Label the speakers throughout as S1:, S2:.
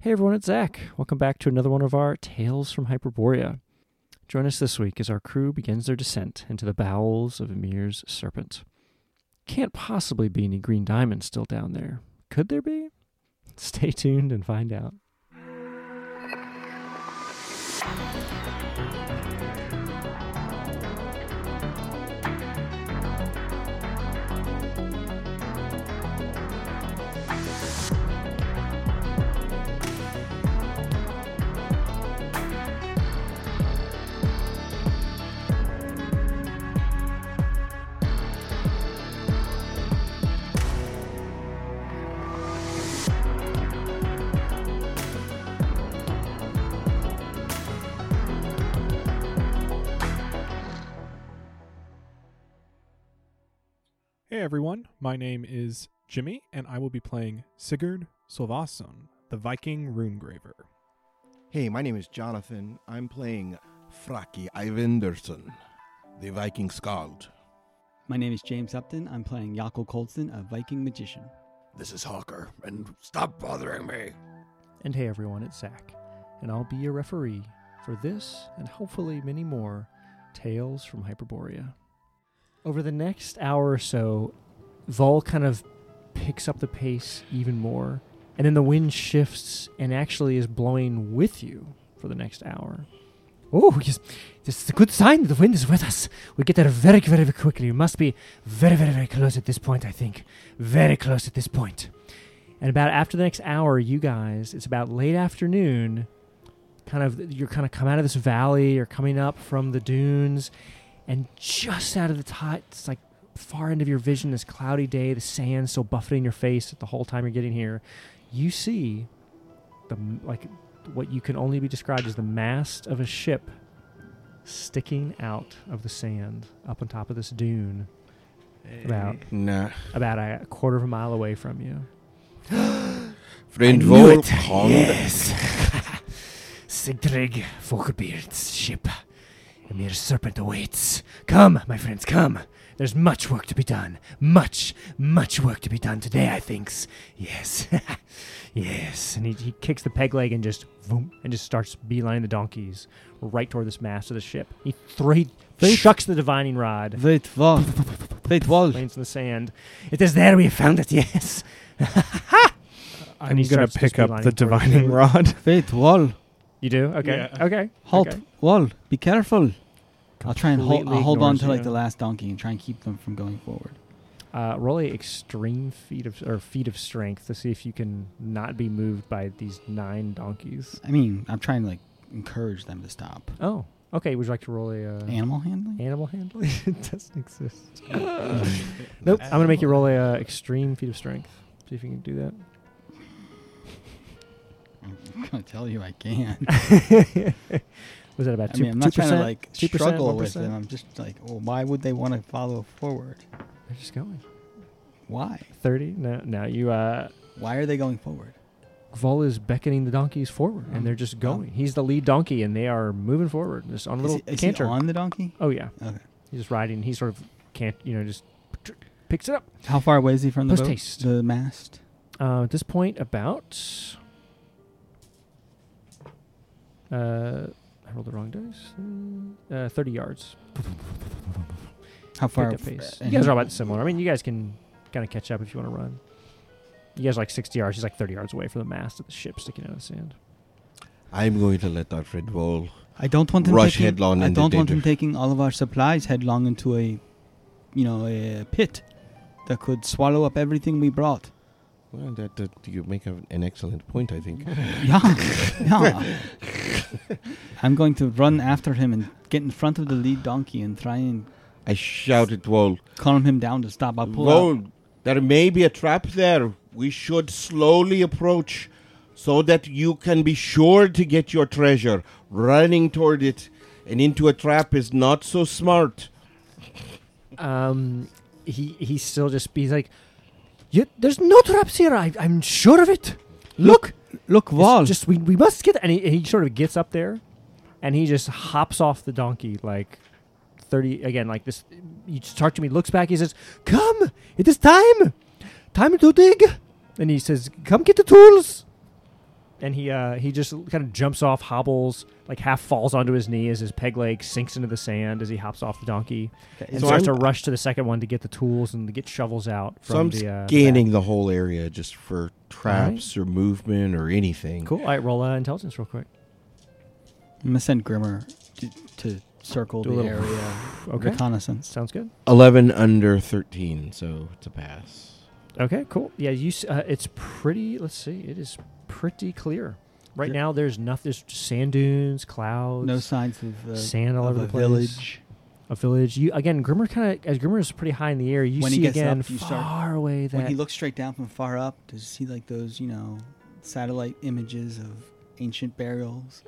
S1: Hey everyone, it's Zach. Welcome back to another one of our Tales from Hyperborea. Join us this week as our crew begins their descent into the bowels of Emir's serpent. Can't possibly be any green diamonds still down there. Could there be? Stay tuned and find out.
S2: Hey everyone, my name is Jimmy, and I will be playing Sigurd Solvason, the Viking Runegraver.
S3: Hey, my name is Jonathan. I'm playing Fraki Ivinderson, the Viking Skald.
S4: My name is James Upton. I'm playing Jakob Coldston, a Viking magician.
S3: This is Hawker, and stop bothering me.
S1: And hey everyone, it's Zach, and I'll be your referee for this and hopefully many more Tales from Hyperborea. Over the next hour or so, Vol kind of picks up the pace even more, and then the wind shifts and actually is blowing with you for the next hour. Oh, yes, this is a good sign that the wind is with us. We get there very, very quickly. We must be very, very, very close at this point, I think. Very close at this point. And about after the next hour, you guys, it's about late afternoon. Kind of, you're kind of come out of this valley. You're coming up from the dunes, and just out of the top, it's like far end of your vision. This cloudy day, the sand still buffeting your face the whole time you're getting here. You see the m- like what you can only be described as the mast of a ship sticking out of the sand up on top of this dune, about
S3: Nah.
S1: about a quarter of a mile away from you.
S3: Friend
S1: I knew
S3: Vol
S1: it. Yes. Sigtrig Folkbeard's ship. A mere serpent awaits. Come, my friends, come. There's much work to be done. Much, much work to be done today, I thinks. Yes. yes. And he, he kicks the peg leg and just boom, and just starts beelining the donkeys right toward this mast of the ship. He thra-
S5: Faith.
S1: shucks the divining rod
S5: Great wall. Great wall.
S1: lands in the sand. It is there we have found it, yes.
S2: I'm
S1: he
S2: gonna
S1: starts
S2: pick
S1: just
S2: up the
S1: beelining towards
S2: divining
S1: you.
S2: rod.
S5: Great wall.
S1: You do? Okay.
S2: Yeah.
S1: Okay.
S5: Halt.
S1: Okay.
S5: Wall. Be careful. I'll try and hold,
S1: Completely
S5: I'll hold on
S1: ignores
S5: to like
S1: you.
S5: the last donkey and try and keep them from going forward.
S1: Uh, roll a extreme feat of or feat of strength to see if you can not be moved by these nine donkeys.
S5: I mean, I'm trying to like encourage them to stop.
S1: Oh, okay. Would you like to roll a uh,
S5: Animal handling?
S1: animal handling? it doesn't exist. nope. I'm gonna make you roll a uh, extreme feat of strength. See if you can do that.
S5: I'm gonna tell you I can.
S1: Was that about
S5: I
S1: two?
S5: mean, I'm not trying to
S1: 2%?
S5: like
S1: 2%,
S5: struggle with
S1: 1%?
S5: them. I'm just like, well, why would they want to follow forward?
S1: They're just going
S5: Why?
S1: thirty. No, no. You uh,
S5: Why are they going forward?
S1: Vol is beckoning the donkeys forward, and
S5: Mm-hmm.
S1: they're just going. He's the lead donkey, and they are moving forward, just on a little
S5: is he, is he
S1: canter.
S5: on the donkey?
S1: Oh yeah,
S5: Okay.
S1: he's just riding. He sort of can't, you know, just tr- picks it up.
S5: How far away is he from the
S1: Post
S5: boat?
S1: haste.
S5: The mast.
S1: Uh, at this point, about. Uh, I rolled the wrong dice. Mm, Uh, Thirty yards.
S5: How far?
S1: Picked up
S5: f- uh,
S1: pace.
S5: and
S1: you guys
S5: he-
S1: are about similar. I mean, you guys can kind of catch up if you want to run. You guys are like sixty yards. He's like thirty yards away from the mast of the ship sticking out of the sand.
S3: I'm going to let our friend Vol.
S5: I don't want him
S3: Rush
S5: taking,
S3: headlong
S5: I
S3: into
S5: don't want him
S3: danger.
S5: taking all of our supplies headlong into a, you know, a pit that could swallow up everything we brought.
S3: Well, that, that you make a- an excellent point, I think.
S5: Yeah, yeah. I'm going to run after him and get in front of the lead donkey and try and
S3: I shouted, Vol.
S5: calm him down to stop. I'll pull out.
S3: Vol, there may be a trap there. We should slowly approach so that you can be sure to get your treasure. Running toward it and into a trap is not so smart.
S1: um, he he's still just he's like, "Yeah, there's no traps here. I, I'm sure of it. Look,
S5: Look,
S1: it's
S5: Vol.
S1: just we, we must get." And he, he sort of gets up there, and he just hops off the donkey like thirty again like this. You start to me, looks back, he says, "Come, it is time, time to dig." And he says, "Come get the tools." and he uh, he just kind of jumps off, hobbles, like half falls onto his knee as his peg leg sinks into the sand as he hops off the donkey, and
S3: So
S1: starts
S3: I'm-
S1: to rush to the second one to get the tools and to get shovels out
S3: So I'm
S1: from the. Uh, the
S3: scanning
S1: back.
S3: the whole area just for traps or movement or anything.
S1: Cool. All right, roll uh, intelligence real quick.
S5: I'm gonna send Grimmer to, to circle
S1: Do a
S5: the
S1: little-
S5: area.
S1: Okay,
S5: Reconnaissance.
S1: sounds good.
S3: 11 under 13, so it's a pass.
S1: Okay, cool. Yeah, you. s- Uh, it's pretty. Let's see. It is pretty clear right
S5: Yeah.
S1: now. There's nothing. There's just sand dunes, clouds,
S5: No signs of, uh,
S1: sand all
S5: of
S1: over
S5: a
S1: the place.
S5: village.
S1: A village. You again. Grimmer kind of as Grimmer is pretty high in the air. You
S5: When he
S1: see
S5: gets
S1: again
S5: up, you
S1: far
S5: start-
S1: away that
S5: When he looks straight down from far up, does he see like those, you know, satellite images of ancient burials?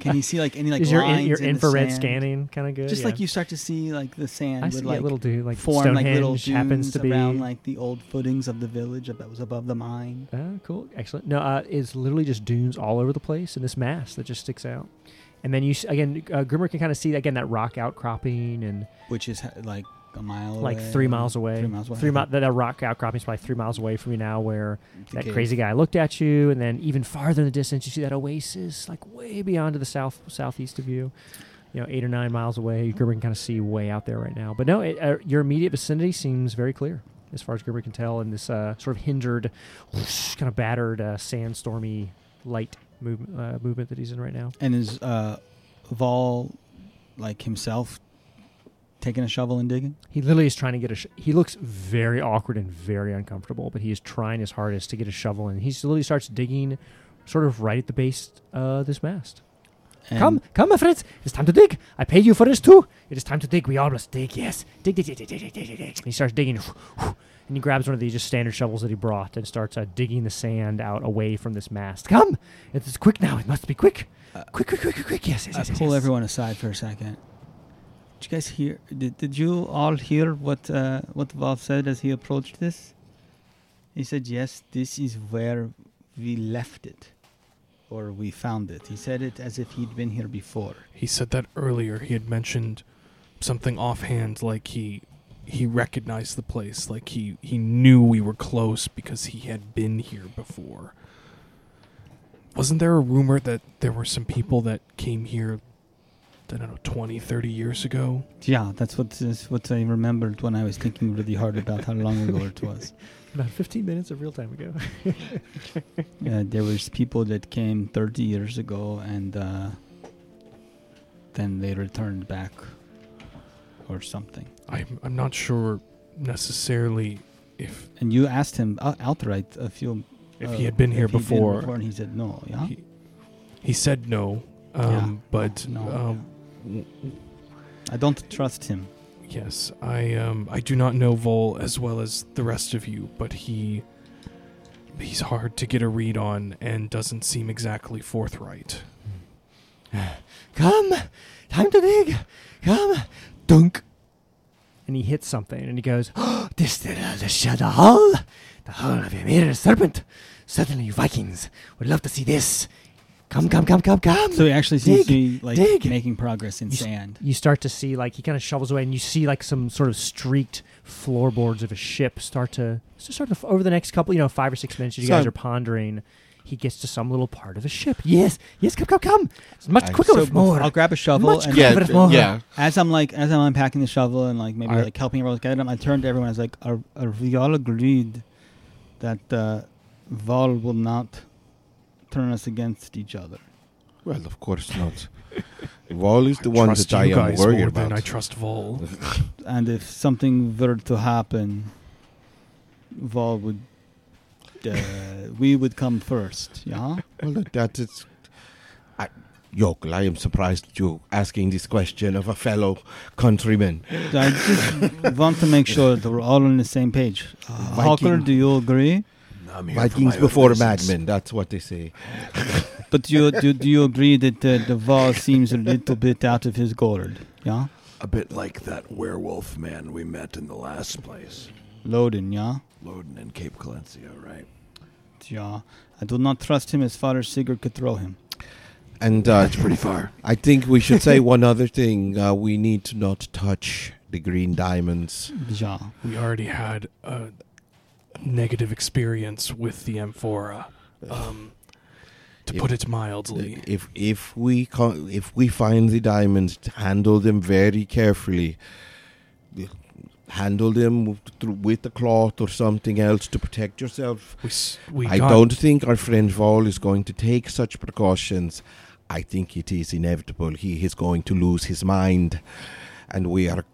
S5: Can you see like any like
S1: is your in-
S5: lines
S1: your
S5: in the
S1: infrared
S5: sand?
S1: scanning kind of good.
S5: Just
S1: yeah.
S5: like you start to see like the sand
S1: I
S5: would
S1: see
S5: like
S1: a little dude like
S5: form like little
S1: Stonehenge happens
S5: dunes
S1: to be.
S5: around like the old footings of the village that was above the mine.
S1: Ah, cool, excellent. No, uh, it's literally just dunes all over the place, and this mass that just sticks out. And then you s- again, uh, Grimmer can kind of see again that rock outcropping and
S5: which is ha- like a mile
S1: like
S5: away,
S1: three miles away.
S5: Oh, Three miles away.
S1: Three mi- that, that rock outcropping is probably three miles away from you now, where
S5: The
S1: that
S5: cave.
S1: crazy guy looked at you, and then even farther in the distance, you see that oasis, like way beyond to the south southeast of you. You know, eight or nine miles away, Gerber can kind of see way out there right now. But no, it, uh, your immediate vicinity seems very clear, as far as Gerber can tell, in this uh, sort of hindered, kind of battered, uh, sandstormy light move, uh, movement that he's in right now.
S5: And is uh, Vol like himself taking a shovel and digging?
S1: He literally is trying to get a. Sh- he looks very awkward and very uncomfortable, but he is trying his hardest to get a shovel, and he literally starts digging, sort of right at the base uh, this mast.
S5: And
S1: come, come, my friends, it's time to dig. I paid you for this too. It is time to dig. We all must dig. Yes, dig, dig, dig, dig, dig, dig, dig, dig. dig. And he starts digging, and he grabs one of these just standard shovels that he brought and starts uh, digging the sand out away from this mast. Come, it is quick now. It must be quick,
S5: Uh,
S1: quick, quick, quick, quick, quick. Yes, yes,
S5: I
S1: yes. yes,
S5: pull
S1: yes.
S5: everyone aside for a second. Did you guys hear? Did, did you all hear what uh, what Vol said as he approached this? He said, "Yes, this is where we left it, or we found it." He said it as if he'd been here before.
S2: He said that earlier. He had mentioned something offhand, like he he recognized the place, like he he knew we were close because he had been here before. Wasn't there a rumor that there were some people that came here, I don't know, 20, 30 years ago?
S5: Yeah, that's what that's what I remembered when I was thinking really hard about how long ago it was.
S1: About 15 minutes of real time ago.
S5: Uh, there was people that came 30 years ago, and uh, then they returned back, or something.
S2: I'm I'm not sure necessarily if
S5: And you asked him ou- outright a few.
S2: if
S5: uh,
S2: he had been here
S5: if he'd
S2: before.
S5: and he said no. Yeah.
S2: He, he said no, um,
S5: Yeah.
S2: but
S5: No, no,
S2: um,
S5: I don't trust him.
S2: Yes, I um I do not know Vol as well as the rest of you, but he he's hard to get a read on and doesn't seem exactly forthright.
S1: Come, time to dig. Come, dunk. And he hits something, and he goes, "Oh, "This is the shadow hall, the hall of a mirror serpent. Certainly, you Vikings would love to see this. Come, come, come, come, come."
S5: So he actually seems to be like
S1: dig.
S5: making progress in
S1: You s-
S5: sand.
S1: you start to see like he kind of shovels away, and you see like some sort of streaked floorboards of a ship start to so start to f- over the next couple, you know, five or six minutes. as You guys
S3: So-
S1: are pondering. He gets to some little part of a ship. Yes, yes, come, come, come! It's much
S3: I-
S1: quicker,
S5: So
S1: with more.
S5: I'll grab a shovel
S1: Much
S5: and
S1: Yeah,
S3: Yeah,
S1: Covered more.
S3: yeah.
S5: As I'm like, as I'm unpacking the shovel and like maybe
S2: I-
S5: like helping everyone get them, I turned to everyone. I was like, "Are, are we all agreed that uh, Vol will not turn us against each other?"
S3: Well, of course not. Wall is the
S2: I
S3: one
S2: trust
S3: that I
S2: you
S3: am
S2: guys
S3: worried
S2: more
S3: about.
S2: than I trust Vol.
S5: And if something were to happen, Vol would, uh, we would come first. Yeah.
S3: well, look, that is. I, Yokel, I am surprised at you asking this question of a fellow countryman.
S5: I just want to make sure that we're all on the same page. Uh, Hawker,
S3: Viking.
S5: do you agree?
S6: I'm here for
S3: Vikings
S6: my own
S3: before
S6: reasons.
S3: madmen, that's what they say.
S5: But you, do, do you agree that uh, the Vol seems a little bit out of his gourd? Yeah.
S6: A bit like that werewolf man we met in the last place.
S5: Loden, yeah?
S6: Loden and Cape Colentia, right?
S5: Yeah. I do not trust him as far as Sigurd could throw him.
S3: And uh,
S6: That's pretty far.
S3: I think we should say one other thing. Uh, we need to not touch the green diamonds.
S5: Yeah.
S2: We already had a negative experience with the Amphora. Um, to
S3: If-
S2: put it mildly.
S3: uh, If if we con- if we find the diamonds, handle them very carefully. Handle them through, with a cloth or something else to protect yourself.
S2: we s- we
S3: I
S2: got-
S3: don't think our friend Vol is going to take such precautions. I think it is inevitable. He is going to lose his mind, and we are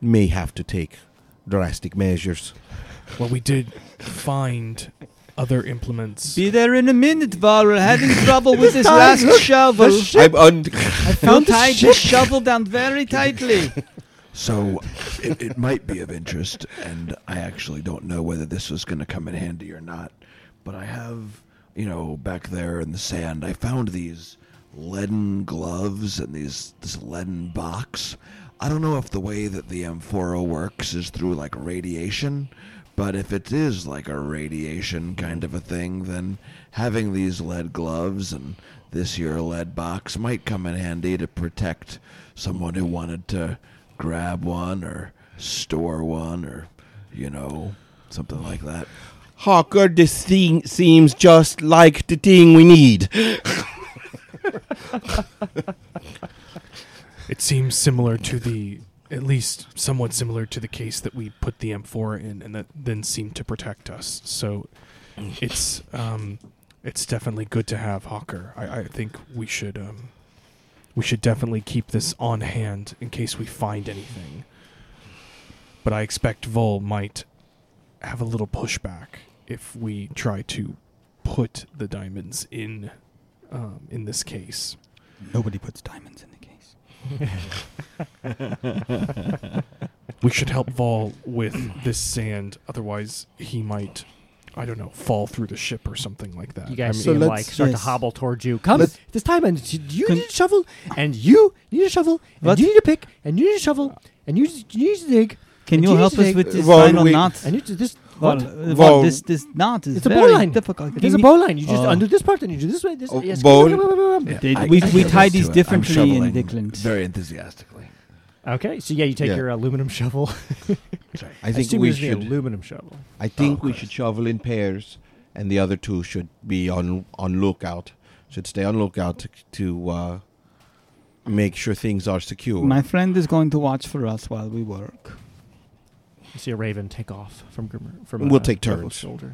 S3: may have to take drastic measures.
S2: Well, we did find other implements.
S5: Be there in a minute, Val. We're having trouble with this last shovel.
S3: I'm un-
S5: I found tie the shovel down very tightly.
S6: So it, it might be of interest, and I actually don't know whether this is going to come in handy or not. But I have, you know, back there in the sand, I found these leaden gloves and these this leaden box. I don't know if the way that the amphora works is through like radiation, but if it is like a radiation kind of a thing, then having these lead gloves and this here lead box might come in handy to protect someone who wanted to grab one or store one or you know something like that
S3: Hawker, this thing seems just like the thing we need.
S2: It seems similar to the, at least somewhat similar to the case that we put the amphora in, and that then seemed to protect us. So, it's um, it's definitely good to have Hawker. I, I think we should um, we should definitely keep this on hand in case we find anything. But I expect Vol might have a little pushback if we try to put the diamonds in um, in this case.
S4: Nobody puts diamonds in the case.
S2: We should help Vol with this sand, otherwise he might, I don't know, fall through the ship or something like that.
S1: You guys
S2: I
S1: see
S2: mean,
S1: him
S3: let's-
S1: like start
S5: Yes.
S1: to hobble towards you. Come
S5: Let's-
S1: this time, and do you
S5: Con-
S1: need a shovel, and you need a shovel, and
S5: What?
S1: you need a pick, and you need a shovel, and you, you need to dig,
S5: Can
S1: Do
S5: you
S1: you
S5: help us
S1: think-
S5: with this
S3: Well,
S5: final
S3: we-
S5: knot?
S1: and you do this.
S5: Well,
S1: What?
S5: uh, well,
S3: Well,
S5: this this knot is
S1: it's a
S5: very
S1: bowline.
S5: difficult.
S1: There's a
S5: Can
S1: bow line. You just
S5: Oh.
S1: undo this part, and you do this way. This
S3: Oh,
S1: way. Yes.
S3: bowl.
S1: Yeah.
S5: They-
S6: I-
S5: we-
S6: I can
S5: we
S6: get
S5: tie
S6: used
S5: these
S6: to it. I'm
S5: differently in
S6: shoveling
S5: Dickland.
S6: very enthusiastically
S1: Okay, so yeah, you take
S3: Yeah.
S1: your aluminum shovel.
S6: Sorry.
S3: I
S1: I
S3: think
S1: assume
S3: we
S1: it's the
S3: should.
S1: aluminum shovel.
S3: I think
S6: Oh,
S3: we
S6: Christ.
S3: should shovel in pairs, and the other two should be on on lookout. Should stay on lookout to, to uh, make sure things are secure.
S5: My friend is going to watch for us while we work.
S1: You see a raven take off from Grim- from.
S3: We'll
S1: uh,
S3: take
S1: Griffle's
S3: turns.
S1: Shoulder.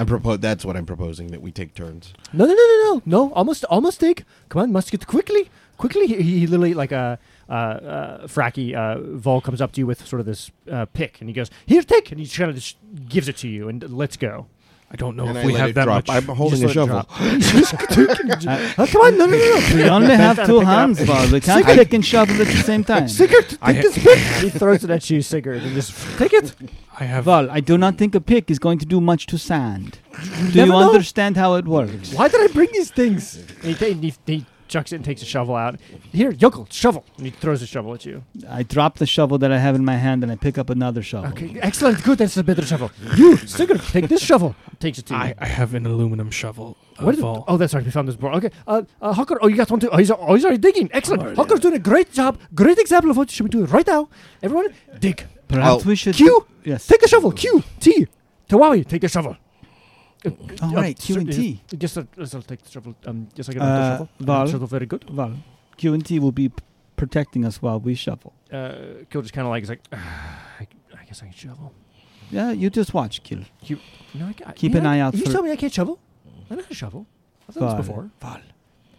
S3: I propose that's what I'm proposing that we take turns.
S1: No, no, no, no, no, no! Almost, almost dig. Come on, must get quickly, quickly. He, he literally like a uh, uh, Fracky uh, Vol comes up to you with sort of this uh, pick, and he goes, "Here, take," and he kind of just gives it to you, and let's go.
S2: I don't know
S3: And
S2: if
S3: I
S2: we
S3: let
S2: have
S3: it
S2: that
S3: drop.
S2: much.
S3: I'm holding a
S1: Just let it
S3: shovel.
S1: drop. Oh, come on, no, no, no! no.
S5: We only have two
S1: pick it up.
S5: hands, Val. We can't
S1: Sick.
S5: pick and shovel at the same time.
S1: Sigurd, take
S2: I ha-
S1: this pick. he throws it at you, Sigurd, and just take it.
S2: I have.
S5: Val, I do not think a pick is going to do much to sand. Do
S1: never
S5: you
S1: know.
S5: understand how it works?
S1: Why did I bring these things? And he, ta- and he, he chucks it and takes a shovel out. Here, yokel, shovel. And he throws a shovel at you.
S5: I drop the shovel that I have in my hand and I pick up another shovel.
S1: Okay, excellent, good. That's a better shovel. You, Sigurd, take this shovel. Takes it to you.
S2: I, I have an aluminum shovel. Uh,
S1: What is-
S2: Vol.
S1: oh, that's right. We found this board. Okay, uh, uh, Hawker. Oh, you got one too. Oh, he's, oh, he's already digging. Excellent.
S6: Already.
S1: Hawker's doing a great job. Great example of what you should be doing right now. Everyone, dig.
S5: Perhaps
S3: I'll-
S5: we should.
S1: Q,
S5: Yes.
S1: take the shovel. Q, T, Tawawi, take the shovel.
S5: All
S1: Uh,
S5: right, Q
S1: sir,
S5: and
S1: yes,
S5: T.
S1: Yes, sir, yes, I'll take the shovel. Um, yes, I can
S5: Uh,
S1: have the shovel.
S5: Val?
S1: Uh, shovel, very good.
S5: Val, Q and T will be p- protecting us while we shovel.
S1: Uh, Kill just kind of like is like, I, I guess I can shovel.
S5: Yeah, you just watch, Kill.
S1: No, I can't.
S5: Keep an eye out
S1: You
S5: for-
S1: tell me I can't shovel. I know how to shovel. I've done
S5: Val.
S1: this before.
S5: Val,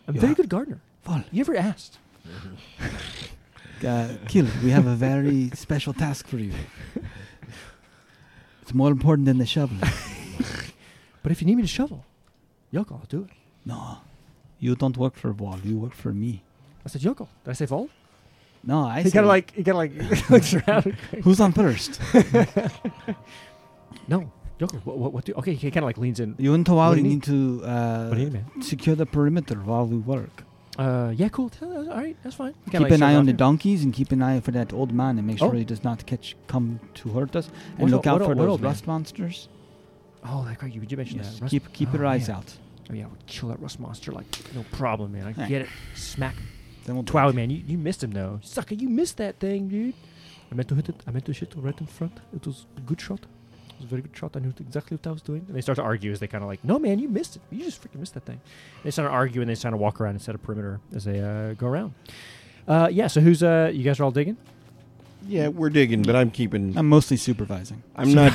S1: I'm
S5: You
S1: a very
S5: are-
S1: good gardener.
S5: Val,
S1: You ever asked?
S5: uh, Kill, we have a very special task for you. It's more important than the shovel.
S1: But if you need me to shovel, Yoko, I'll do it.
S5: No, you don't work for Val. You work for me.
S1: I said Yoko. Did I say Vol?
S5: No, I.
S1: He
S5: say-
S1: kind of like he kind of like looks around.
S5: Who's on first?
S1: No, Yoko. What, what, what do? Okay, he kind of like leans in.
S5: You and
S1: What do
S5: Tawali
S1: you mean?
S5: need to
S1: What do you
S5: uh,
S1: mean?
S5: secure the perimeter while we work.
S1: Uh, yeah, cool. Tell- All right, that's fine. Kinda
S5: keep
S1: like
S5: an eye
S1: shove
S5: on
S1: out
S5: the
S1: here.
S5: donkeys and keep an eye for that old man and make sure
S1: Oh.
S5: he does not catch come to hurt us. And
S1: What
S5: look
S1: o-
S5: out
S1: what o-
S5: for
S1: what
S5: those
S1: old man?
S5: rust monsters.
S1: Oh, that great. You you mentioned
S5: Yes,
S1: that. Rust-
S5: keep keep
S1: oh,
S5: your eyes
S1: man.
S5: out.
S1: Oh yeah, I would kill that rust monster like no problem, man. I
S5: Thanks.
S1: get it. Smack.
S5: Then we'll do
S1: Wow,
S5: it.
S1: man, you, you missed him though. Sucker, you missed that thing, dude. I meant to hit it. I meant to hit it right in front. It was a good shot. was a very good shot. I knew exactly what I was doing. And they start to argue as they kind of like, no, man, you missed it. You just freaking missed that thing. They start to argue and they start to walk around and set a perimeter as they uh, go around. Uh, yeah, so who's, uh, you guys are all digging?
S3: Yeah, we're digging, but I'm keeping.
S5: I'm mostly supervising.
S3: I'm not.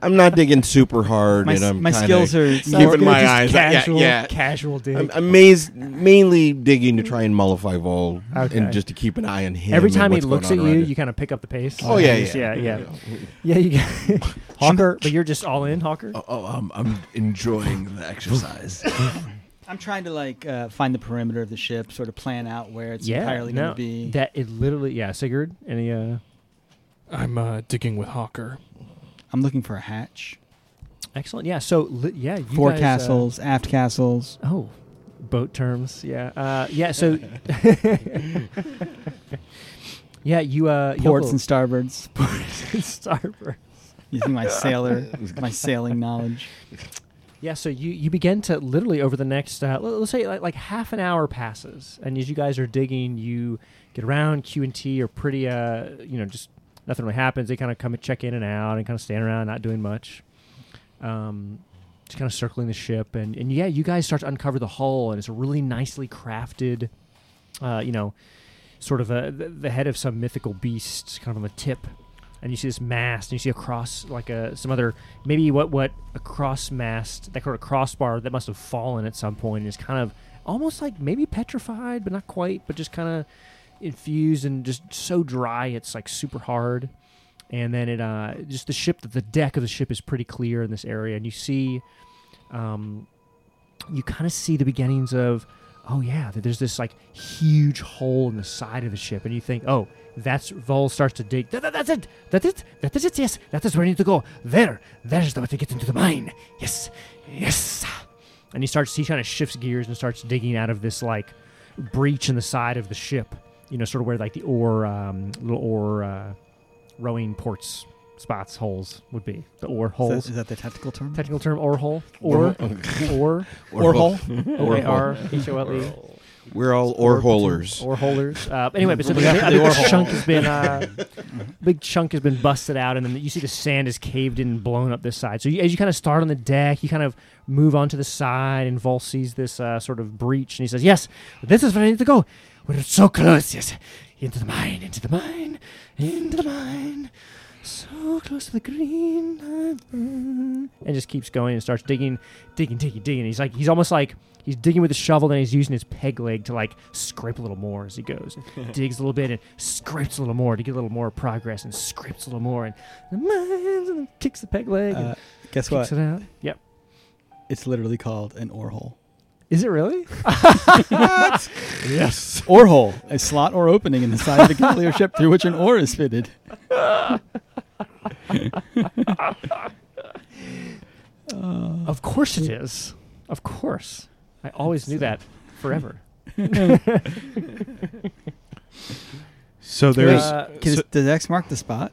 S3: I'm not digging super hard,
S5: My,
S3: and
S5: s-
S3: I'm
S5: my
S3: kinda-
S5: skills are
S3: keeping
S5: more-
S3: my
S1: Just
S3: eyes- yeah,
S1: Casual,
S3: yeah.
S1: casual dig.
S3: I'm, I'm maz- mainly digging to try and mollify Vol,
S1: Okay.
S3: and just to keep an eye on him.
S1: Every
S3: and
S1: time he
S3: what's going
S1: looks at
S3: on
S1: you,
S3: around him.
S1: you kind of pick up the pace.
S3: Oh yeah,
S1: Just-
S3: yeah,
S1: yeah, yeah, yeah. You g- Hawker, but you're just all in, Hawker.
S6: Oh, oh um, I'm enjoying the exercise.
S5: I'm trying to like uh, find the perimeter of the ship, sort of plan out where it's
S1: yeah,
S5: entirely
S1: no,
S5: going to be.
S1: that it literally, yeah. Sigurd, any uh,
S2: I'm uh, digging with Hawker.
S5: I'm looking for a hatch,
S1: excellent, yeah. So li- yeah, you
S5: four
S1: guys, uh,
S5: castles, aft castles.
S1: Oh, boat terms. Yeah. Uh, yeah. So. yeah, you uh,
S5: Ports
S1: Yoko-
S5: and starboards.
S1: ports and starboard.
S5: Using my sailor, my sailing knowledge.
S1: Yeah, so you, you begin to literally over the next uh, let- let's say like, like half an hour passes, and as you guys are digging, you get around Q and T are pretty uh you know just nothing really happens. They kind of come and check in and out and kind of stand around, not doing much, um, just kind of circling the ship, and and yeah, you guys start to uncover the hull, and it's a really nicely crafted, uh, you know, sort of a the, the head of some mythical beast, kind of on the tip. And you see this mast, and you see across like a some other maybe what what a cross mast that sort of crossbar that must have fallen at some point is kind of almost like maybe petrified but not quite but just kind of infused and just so dry it's like super hard and then it uh just the ship the deck of the ship is pretty clear in this area and you see um you kind of see the beginnings of oh yeah that there's this like huge hole in the side of the ship and you think oh that's Vol starts to dig. "That- that- that's it. That is. That is it. Yes. That is where I need to go. There. That is the way to get into the mine. Yes. Yes. And he starts. He kind of shifts gears and starts digging out of this like breach in the side of the ship. You know, sort of where like the oar, um, little oar uh, rowing ports spots holes would be. The oar
S5: Is
S1: holes.
S5: that- is that the technical term?
S1: Technical term oar hole. Or or
S3: Or hole.
S1: O A R H O L E.
S3: We're all or holers.
S1: Or holers. Uh, but anyway, but so
S5: We
S1: the,
S5: got
S1: a
S5: the
S1: big
S5: or hole.
S1: chunk has been uh, big chunk has been busted out, and then you see the sand is caved in and blown up this side. So you, as you kind of start on the deck, you kind of move onto the side, and Vol sees this uh, sort of breach, and he says, "Yes, this is where I need to go. We're so close. Yes, into the mine, into the mine, into the mine." So close to the green, diamond." and just keeps going and starts digging, digging, digging, digging. He's like, he's almost like he's digging with a shovel, and he's using his peg leg to like scrape a little more as he goes. Digs a little bit and scrapes a little more to get a little more progress, and scrapes a little more, and, and then kicks the peg leg and
S5: Uh, guess
S1: kicks
S5: what?
S1: it out. Yep.
S5: It's literally called an oar hole.
S1: Is it really?
S2: Yes.
S5: Oar hole, a slot or opening in the side of the galleon ship through which an oar is fitted.
S1: Of course it is. Of course. I always knew that forever.
S2: So there's
S1: Uh,
S5: Can
S2: so-
S5: does X mark the spot?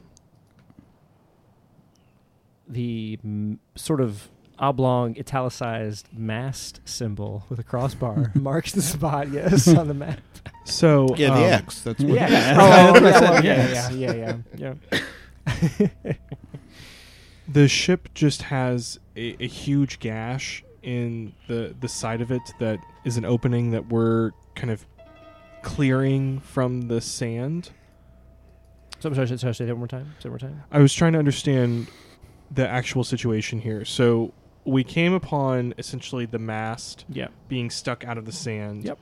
S1: the mm, sort of oblong italicized mast symbol with a crossbar marks the spot yes on the map
S2: so
S3: Yeah, the
S2: um,
S3: X. That's what.
S1: yeah
S5: Yeah.
S1: Oh,
S5: That's what I
S1: yeah,
S5: said,
S1: well, yeah, yeah
S5: yes.
S1: yeah yeah yeah
S2: the ship just has a, a huge gash in the the side of it that is an opening that we're kind of clearing from the sand.
S1: so i'm sorry, sorry, sorry say that one more time say it one more time
S2: I was trying to understand the actual situation here. So we came upon essentially the mast
S1: yeah
S2: being stuck out of the sand.
S1: Yep.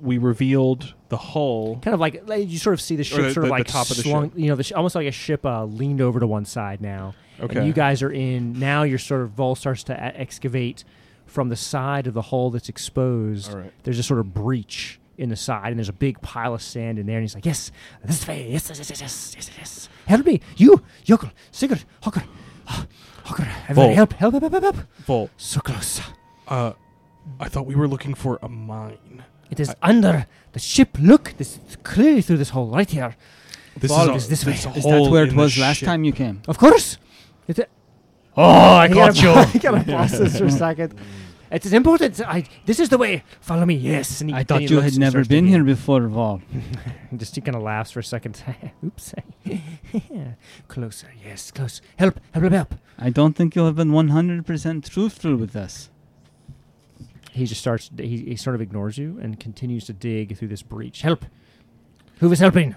S2: We revealed the hull.
S1: kind of like like, you sort of see the ship
S2: the-
S1: sort
S2: the-
S1: of
S2: the
S1: like
S2: top of the
S1: slung,
S2: ship.
S1: you know, the sh- almost like a ship uh, leaned over to one side now.
S2: Okay.
S1: And you guys are in now. You're sort of Vol starts to a- excavate from the side of the hull that's exposed.
S3: All right.
S1: There's a sort of breach in the side, and there's a big pile of sand in there. And he's like, "Yes, this way. Yes, yes, yes, yes, yes, yes, yes. Help me, you, Yokul, Sigurd, Hokr, Ah, Hokr, everybody,
S2: Vol.
S1: help, help, help, help, help.
S2: Vol,
S1: So close.
S2: uh, I thought we were looking for a mine.
S1: It is under the ship. Look, this clearly through this hole right here.
S2: This
S1: Vol,
S2: is a,
S1: is this
S2: there's
S1: way?
S2: a
S5: Is that
S2: hole
S5: where
S2: in
S5: it
S2: the
S5: was last
S2: ship.
S5: time you came?
S1: Of course. It,
S2: Oh, I
S1: I got
S2: caught you.
S1: I got to process for a second. It is important. I, this is the way. Follow me. Yes. And he,
S5: I
S1: then
S5: thought
S1: he
S5: you
S1: looks
S5: had
S1: and
S5: never
S1: starts
S5: been
S1: digging.
S5: here before, Val.
S1: And just he kind of laughs for a second. Oops. Closer. Yes. Close. Help. Help. Help. Help.
S5: I don't think you have been 100% truthful with us.
S1: He just starts. He, he sort of ignores you and continues to dig through this breach. Help. Who is helping?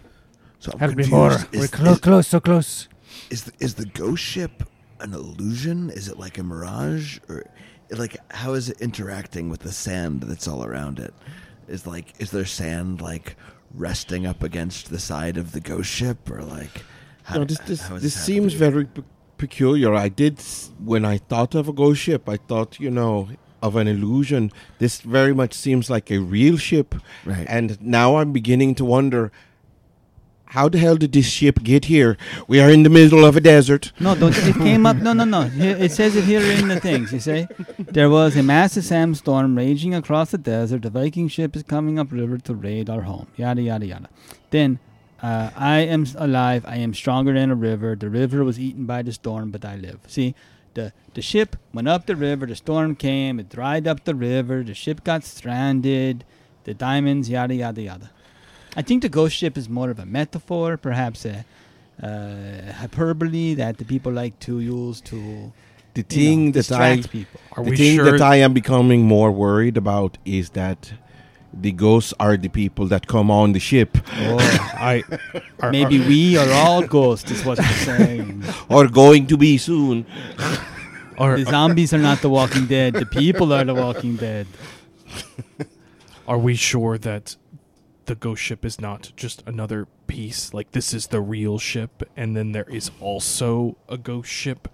S6: So I'm
S1: Help me
S6: confused.
S1: more. We're
S6: Is,
S1: clo-
S6: is,
S1: close. So close.
S6: is, the, is the ghost ship an illusion? Is it like a mirage, or like how is it interacting with the sand that's all around it? Is like is there sand like resting up against the side of the ghost ship, or like how,
S3: No, this this,
S6: how is
S3: this
S6: this
S3: seems
S6: happening?
S3: very pe- peculiar. I did s- when I thought of a ghost ship, I thought you know of an illusion. This very much seems like a real ship,
S6: Right.
S3: and now I'm beginning to wonder. How the hell did this ship get here? We are in the middle of a desert.
S5: No, don't, it came up. No, no, no. Here- It says it here in the things. You say there was a massive sandstorm raging across the desert. The Viking ship is coming up river to raid our home. Yada yada yada. Then uh, I am s- alive. I am stronger than a river. The river was eaten by the storm, but I live. See, the the ship went up the river. The storm came. It dried up the river. The ship got stranded. The diamonds. Yada yada yada. I think the ghost ship is more of a metaphor, perhaps a uh, hyperbole that the people like to use to you
S3: The
S5: know,
S3: thing that I
S5: distract people.
S2: Are
S3: the
S2: we
S3: thing
S2: sure?
S3: that I am becoming more worried about is that the ghosts are the people that come on the ship,
S2: Oh, I are,
S5: Maybe
S2: are-
S5: we are all ghosts, is what you're saying.
S3: or going to be soon.
S2: are,
S5: The zombies are not the Walking Dead. The people are the Walking Dead.
S2: are we sure that the ghost ship is not just another piece? Like this is the real ship, and then there is also a ghost ship.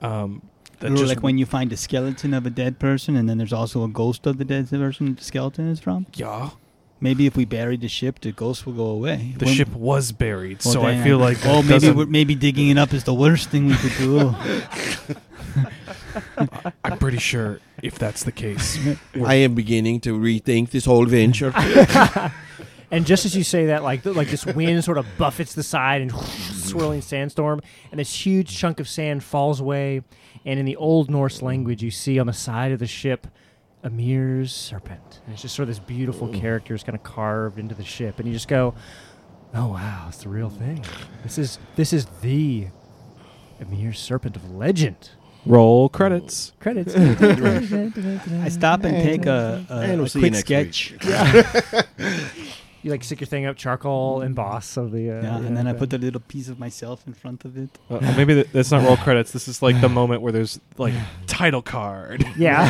S2: Um, that
S5: Or
S2: just
S5: like when you find a skeleton of a dead person, and then there's also a ghost of the dead person the skeleton is from.
S2: yeah,
S5: Maybe if we bury the ship, the ghost will go away.
S2: the
S5: When-
S2: ship was buried,
S5: Well,
S2: so I
S5: then,
S2: feel like that
S5: oh, maybe
S2: doesn't-
S5: we're, maybe digging it up is the worst thing we could do.
S2: I'm pretty sure if that's the case,
S3: I am beginning to rethink this whole venture.
S1: And just as you say that, like th- like this wind sort of buffets the side and swirling sandstorm, and this huge chunk of sand falls away. And in the old Norse language, you see on the side of the ship a mirror's serpent, and it's just sort of this beautiful character is kind of carved into the ship, and you just go, "Oh wow, it's the real thing. This is this is the Amir serpent of legend."
S2: roll credits.
S1: Credits.
S5: I stop and take a, a,
S3: And we'll
S5: a
S3: see you next
S5: quick
S3: week.
S5: sketch.
S1: you like stick your thing up, charcoal emboss of the. Uh,
S5: Yeah, and then I
S1: the-
S5: put the little piece of myself in front of it.
S2: Uh, well, maybe th- that's not roll credits. This is like the moment where there's like title card.
S1: Uh, Yeah.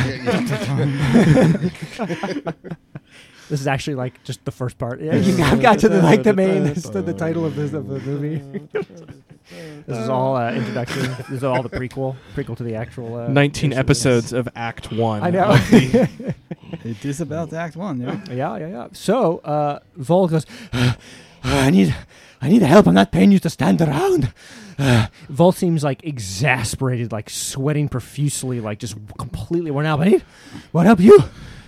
S1: this is actually like just the first part. Yeah, you got- got to the like the main the, the title of this of the movie. this is all uh, introduction. This is all the prequel, prequel to the actual. Uh,
S2: 19
S1: original.
S2: episodes of Act One.
S1: I know.
S2: of the-
S5: It is about Act One. Yeah.
S1: Yeah, yeah, yeah. So uh, Vol goes. "Uh, I need, I need help. I'm not paying you to stand around. Uh, Vol seems like exasperated, like sweating profusely, like just completely worn out. But I need, what help you?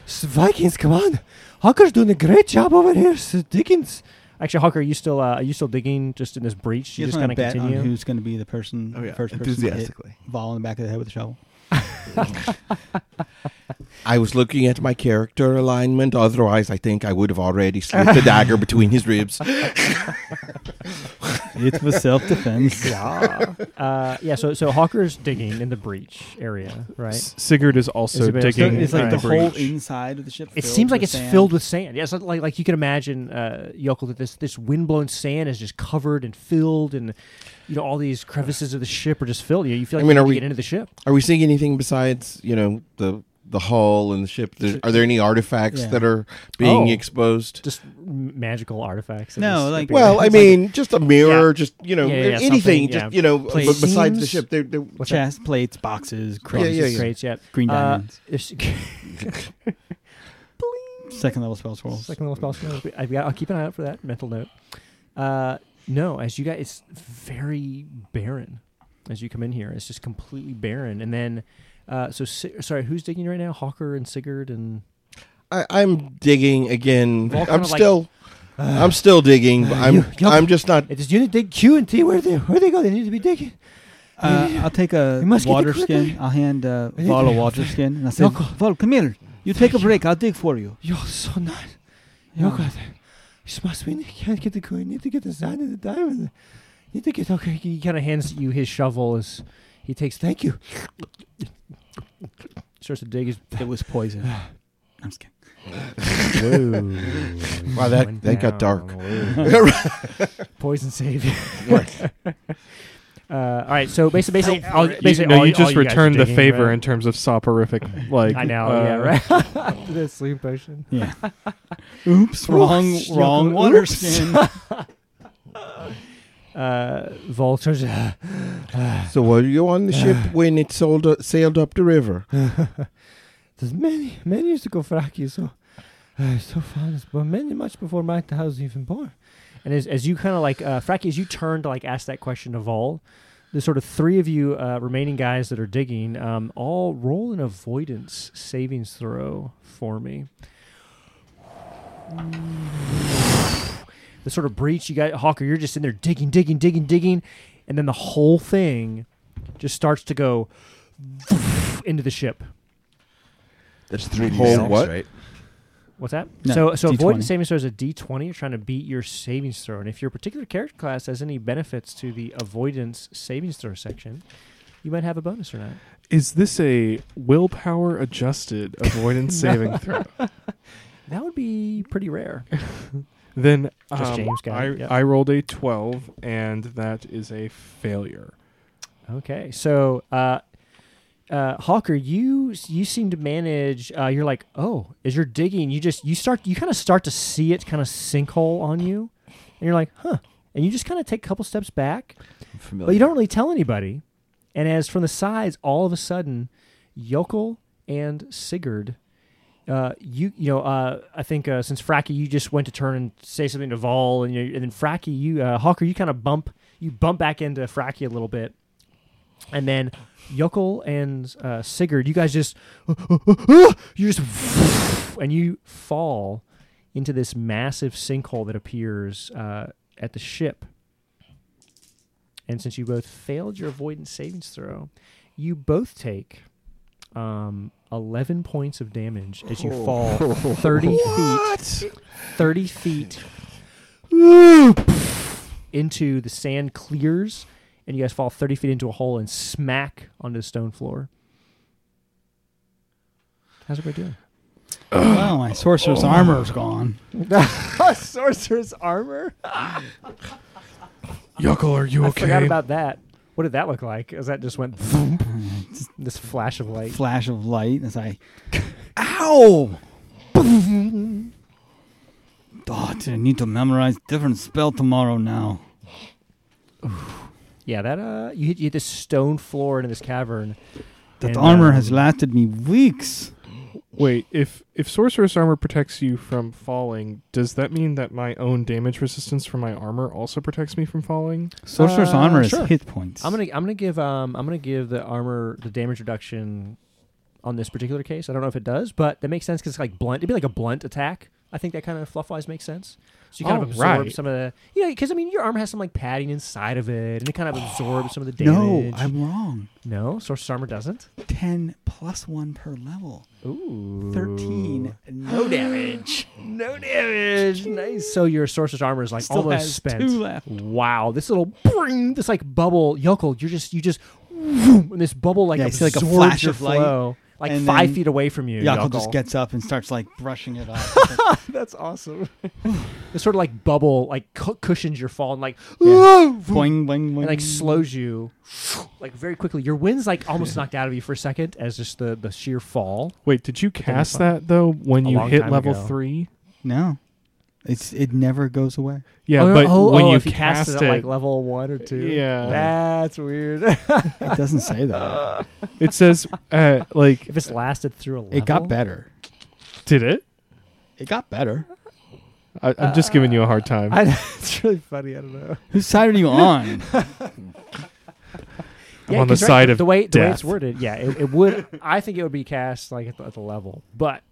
S1: S- Vikings, come on! Hawker's doing a great job over here. S- Dickens. Actually, Hawker, are you still, uh, are you still digging just in this breach? You just kind of
S5: bet on
S1: continue.
S5: who's going to be the person,
S6: Oh, yeah.
S5: first person to hit
S6: enthusiastically.
S5: Vol in the back of the head with a shovel.
S3: I was looking at my character alignment. Otherwise, I think I would have already slipped the dagger between his ribs.
S5: It was self-defense.
S1: Yeah. uh, yeah. So, so Hawker's digging in the breach area, right?
S2: S- Sigurd is also
S1: Is it-
S2: digging.
S1: So
S5: it's like
S1: Right.
S5: the
S2: the
S5: whole
S2: breach.
S5: inside of the ship.
S1: It
S5: filled
S1: seems like
S5: with
S1: it's
S5: sand.
S1: filled with sand. Yes, yeah, so like like you can imagine, uh, Yokel, that this this windblown sand is just covered and filled, and you know all these crevices of the ship are just filled. You, you feel
S3: I
S1: like
S3: mean,
S1: you
S3: are
S1: need to
S3: we-
S1: get into the ship.
S3: Are we seeing anything besides, you know, the the hull and the ship? There, are there any artifacts
S5: Yeah.
S3: that are being
S1: Oh.
S3: exposed?
S1: Just m- magical artifacts. that
S5: No,
S1: just
S5: like-
S1: appear.
S3: Well, I
S1: It's like-
S3: mean, just a mirror,
S1: Yeah.
S3: just you know,
S1: Yeah, yeah, yeah, something,
S3: anything, just
S1: yeah.
S3: you know, b-
S5: Plates.
S3: besides the
S1: Seems-
S3: ship. They're, they're,
S1: what's that?
S5: chest plates, boxes, crosses,
S3: yeah, yeah.
S1: Crates, yeah.
S5: green
S1: Uh,
S5: diamonds,
S1: it's-
S5: second level spell swirls.
S1: Second little spell. I got, I'll keep an eye out for that mental note. Uh, no, as you guys, it's very barren. As you come in here, it's just completely barren. And then, uh, so Si- sorry, who's digging right now? Hawker and Sigurd and
S3: I, I'm digging again.
S1: Vulcan
S3: I'm
S1: would like-
S3: still, I'm still digging. but I'm,
S1: you- you-
S3: I'm just not.
S1: It is unit dig Q and T. Where they where they go? They need to be digging.
S5: Uh, I'll take a
S1: We must get the
S5: water
S1: clipper.
S5: skin. I'll hand uh,
S1: need
S5: Val a
S1: to-
S5: water skin. And I say,
S1: Yoko.
S5: Val, come here. You take a break. I'll dig for you.
S1: You're so nice.
S5: Yeah.
S1: You're good. It's must we can't get the coin. Need to get the sign of the diamond. Need to get okay. He kind of hands you his shovel as he takes. Thank you. Starts to dig his.
S5: It was poison. I'm just kidding.
S1: wow,
S6: that- that got dark.
S1: Poison save. uh, all right, so basically, basically, all,
S2: You-
S1: basically
S2: no,
S1: all,
S2: you just
S1: all guys are
S2: returned the
S1: digging,
S2: favor
S1: right?
S2: in terms of soporific. Like
S1: I know.
S2: uh,
S1: yeah, right. the sleep potion.
S5: Yeah. Oops. Wrong.
S1: Oops,
S5: Wrong
S1: Yoko,
S5: water
S1: oops.
S5: skin.
S1: Uh, Vultures.
S3: So were you on the ship when it sold, uh, sailed up the river?
S1: There's many, many years ago, Fraki, so uh, so far, it's- but many, much before my t- house even born. And as, as you kind of like, uh, Fraki, as you turn to like ask that question of all, the sort of three of you uh, remaining guys that are digging, um, all roll an avoidance savings throw for me. The sort of breach you got, Hawker, you're just in there digging, digging, digging, digging, and then the whole thing just starts to go into the ship.
S6: That's three
S3: Whole
S6: d6,
S3: what?
S6: right?
S1: What's that?
S5: No,
S1: so so
S5: D20.
S1: avoidance savings throw is a D twenty. You're trying to beat your savings throw, and if your particular character class has any benefits to the avoidance savings throw section, you might have a bonus or not.
S2: Is this a willpower adjusted avoidance saving throw?
S1: That would be pretty rare.
S2: Then
S1: Just
S2: um,
S1: James got
S2: I,
S1: it, yep.
S2: I rolled a 12, and that is a failure.
S1: Okay, so uh, uh, Hawker, you you seem to manage. Uh, you're like, oh, as you're digging, you just you start you kind of start to see it kind of sinkhole on you, and you're like, huh, and you just kind of take a couple steps back,
S6: I'm familiar.
S1: But you don't really tell anybody. And as from the sides, all of a sudden, Yokel and Sigurd, uh, you you know, uh, I think uh, since Fracky, you just went to turn and say something to Vol, and, you and then Fracky, you uh, Hawker, you kind of bump you bump back into Fracky a little bit, and then Yokel and uh, Sigurd, you guys just you just and you fall into this massive sinkhole that appears uh, at the ship. And since you both failed your avoidance savings throw, you both take um, 11 points of damage as you fall 30 feet 30 feet into the sand clears and you guys fall 30 feet into a hole and smack onto the stone floor. How's everybody doing?
S5: wow, my sorcerer's armor's gone.
S1: Sorcerer's armor?
S2: Yuckle, are you
S1: I
S2: okay?
S1: forgot about that. What did that look like? As that just went this flash of light.
S5: Flash of light. It's like, ow! Oh, I need to memorize different spell tomorrow now.
S1: Yeah, that uh, you hit, you hit this stone floor into this cavern.
S5: That
S1: and,
S5: armor
S1: um,
S5: has lasted me weeks.
S2: Wait, if if sorceress armor protects you from falling, does that mean that my own damage resistance from my armor also protects me from falling?
S5: Sorcerer's
S1: Uh,
S5: armor is
S1: sure.
S5: hit points.
S1: I'm gonna I'm gonna give um I'm gonna give the armor the damage reduction on this particular case. I don't know if it does, but that makes sense because it's like blunt. It'd be like a blunt attack. I think that kind of fluff wise makes sense. So you kind of
S2: Oh,
S1: absorb
S2: right.
S1: some of the yeah because I mean your armor has some like padding inside of it and it kind of absorbs some of the
S5: no,
S1: damage.
S5: I'm wrong.
S1: no, sorcerer's armor doesn't.
S5: 10 plus 1 per level.
S1: Ooh,
S5: 13. No damage.
S1: No damage. Nice. So your sorcerer's armor is like
S5: Still
S1: almost
S5: has
S1: spent.
S5: two left.
S1: Wow. This little bring, this like bubble, yokel. You're just you just vroom, and this bubble like
S5: Yeah, you see, like, a
S1: absorbs
S5: flash
S1: your
S5: of light,
S1: flow, like
S5: and
S1: five
S5: then
S1: feet away from you.
S5: Yakel just
S1: yokel.
S5: gets up and starts like brushing it off.
S1: That's awesome. this sort of like bubble like cu- cushions your fall and like
S5: boing, boing, boing.
S1: and like slows you like very quickly. Your wind's like almost knocked out of you for a second as just the the sheer fall.
S2: Wait, did you
S1: fine.
S2: cast that though when
S1: A
S2: you
S1: long
S2: hit
S1: time
S2: level
S1: ago.
S2: three?
S5: No. It's It never goes away.
S2: Yeah,
S1: oh,
S2: but
S1: oh,
S2: when
S1: oh,
S2: you
S1: if you cast, it, at like
S2: it,
S1: level one or two.
S2: Yeah.
S1: that's weird.
S5: It doesn't say that.
S2: it says uh, like
S1: If it's lasted through a level,
S5: It got better.
S2: did it?
S5: It got better.
S2: I, I'm just giving you a hard time.
S1: I, it's really funny. I don't know.
S5: Whose side are you on?
S2: I'm on the side of
S1: the way the way it's
S2: death.
S1: worded. Yeah, it, it would. I think it would be cast like at the, at the level, but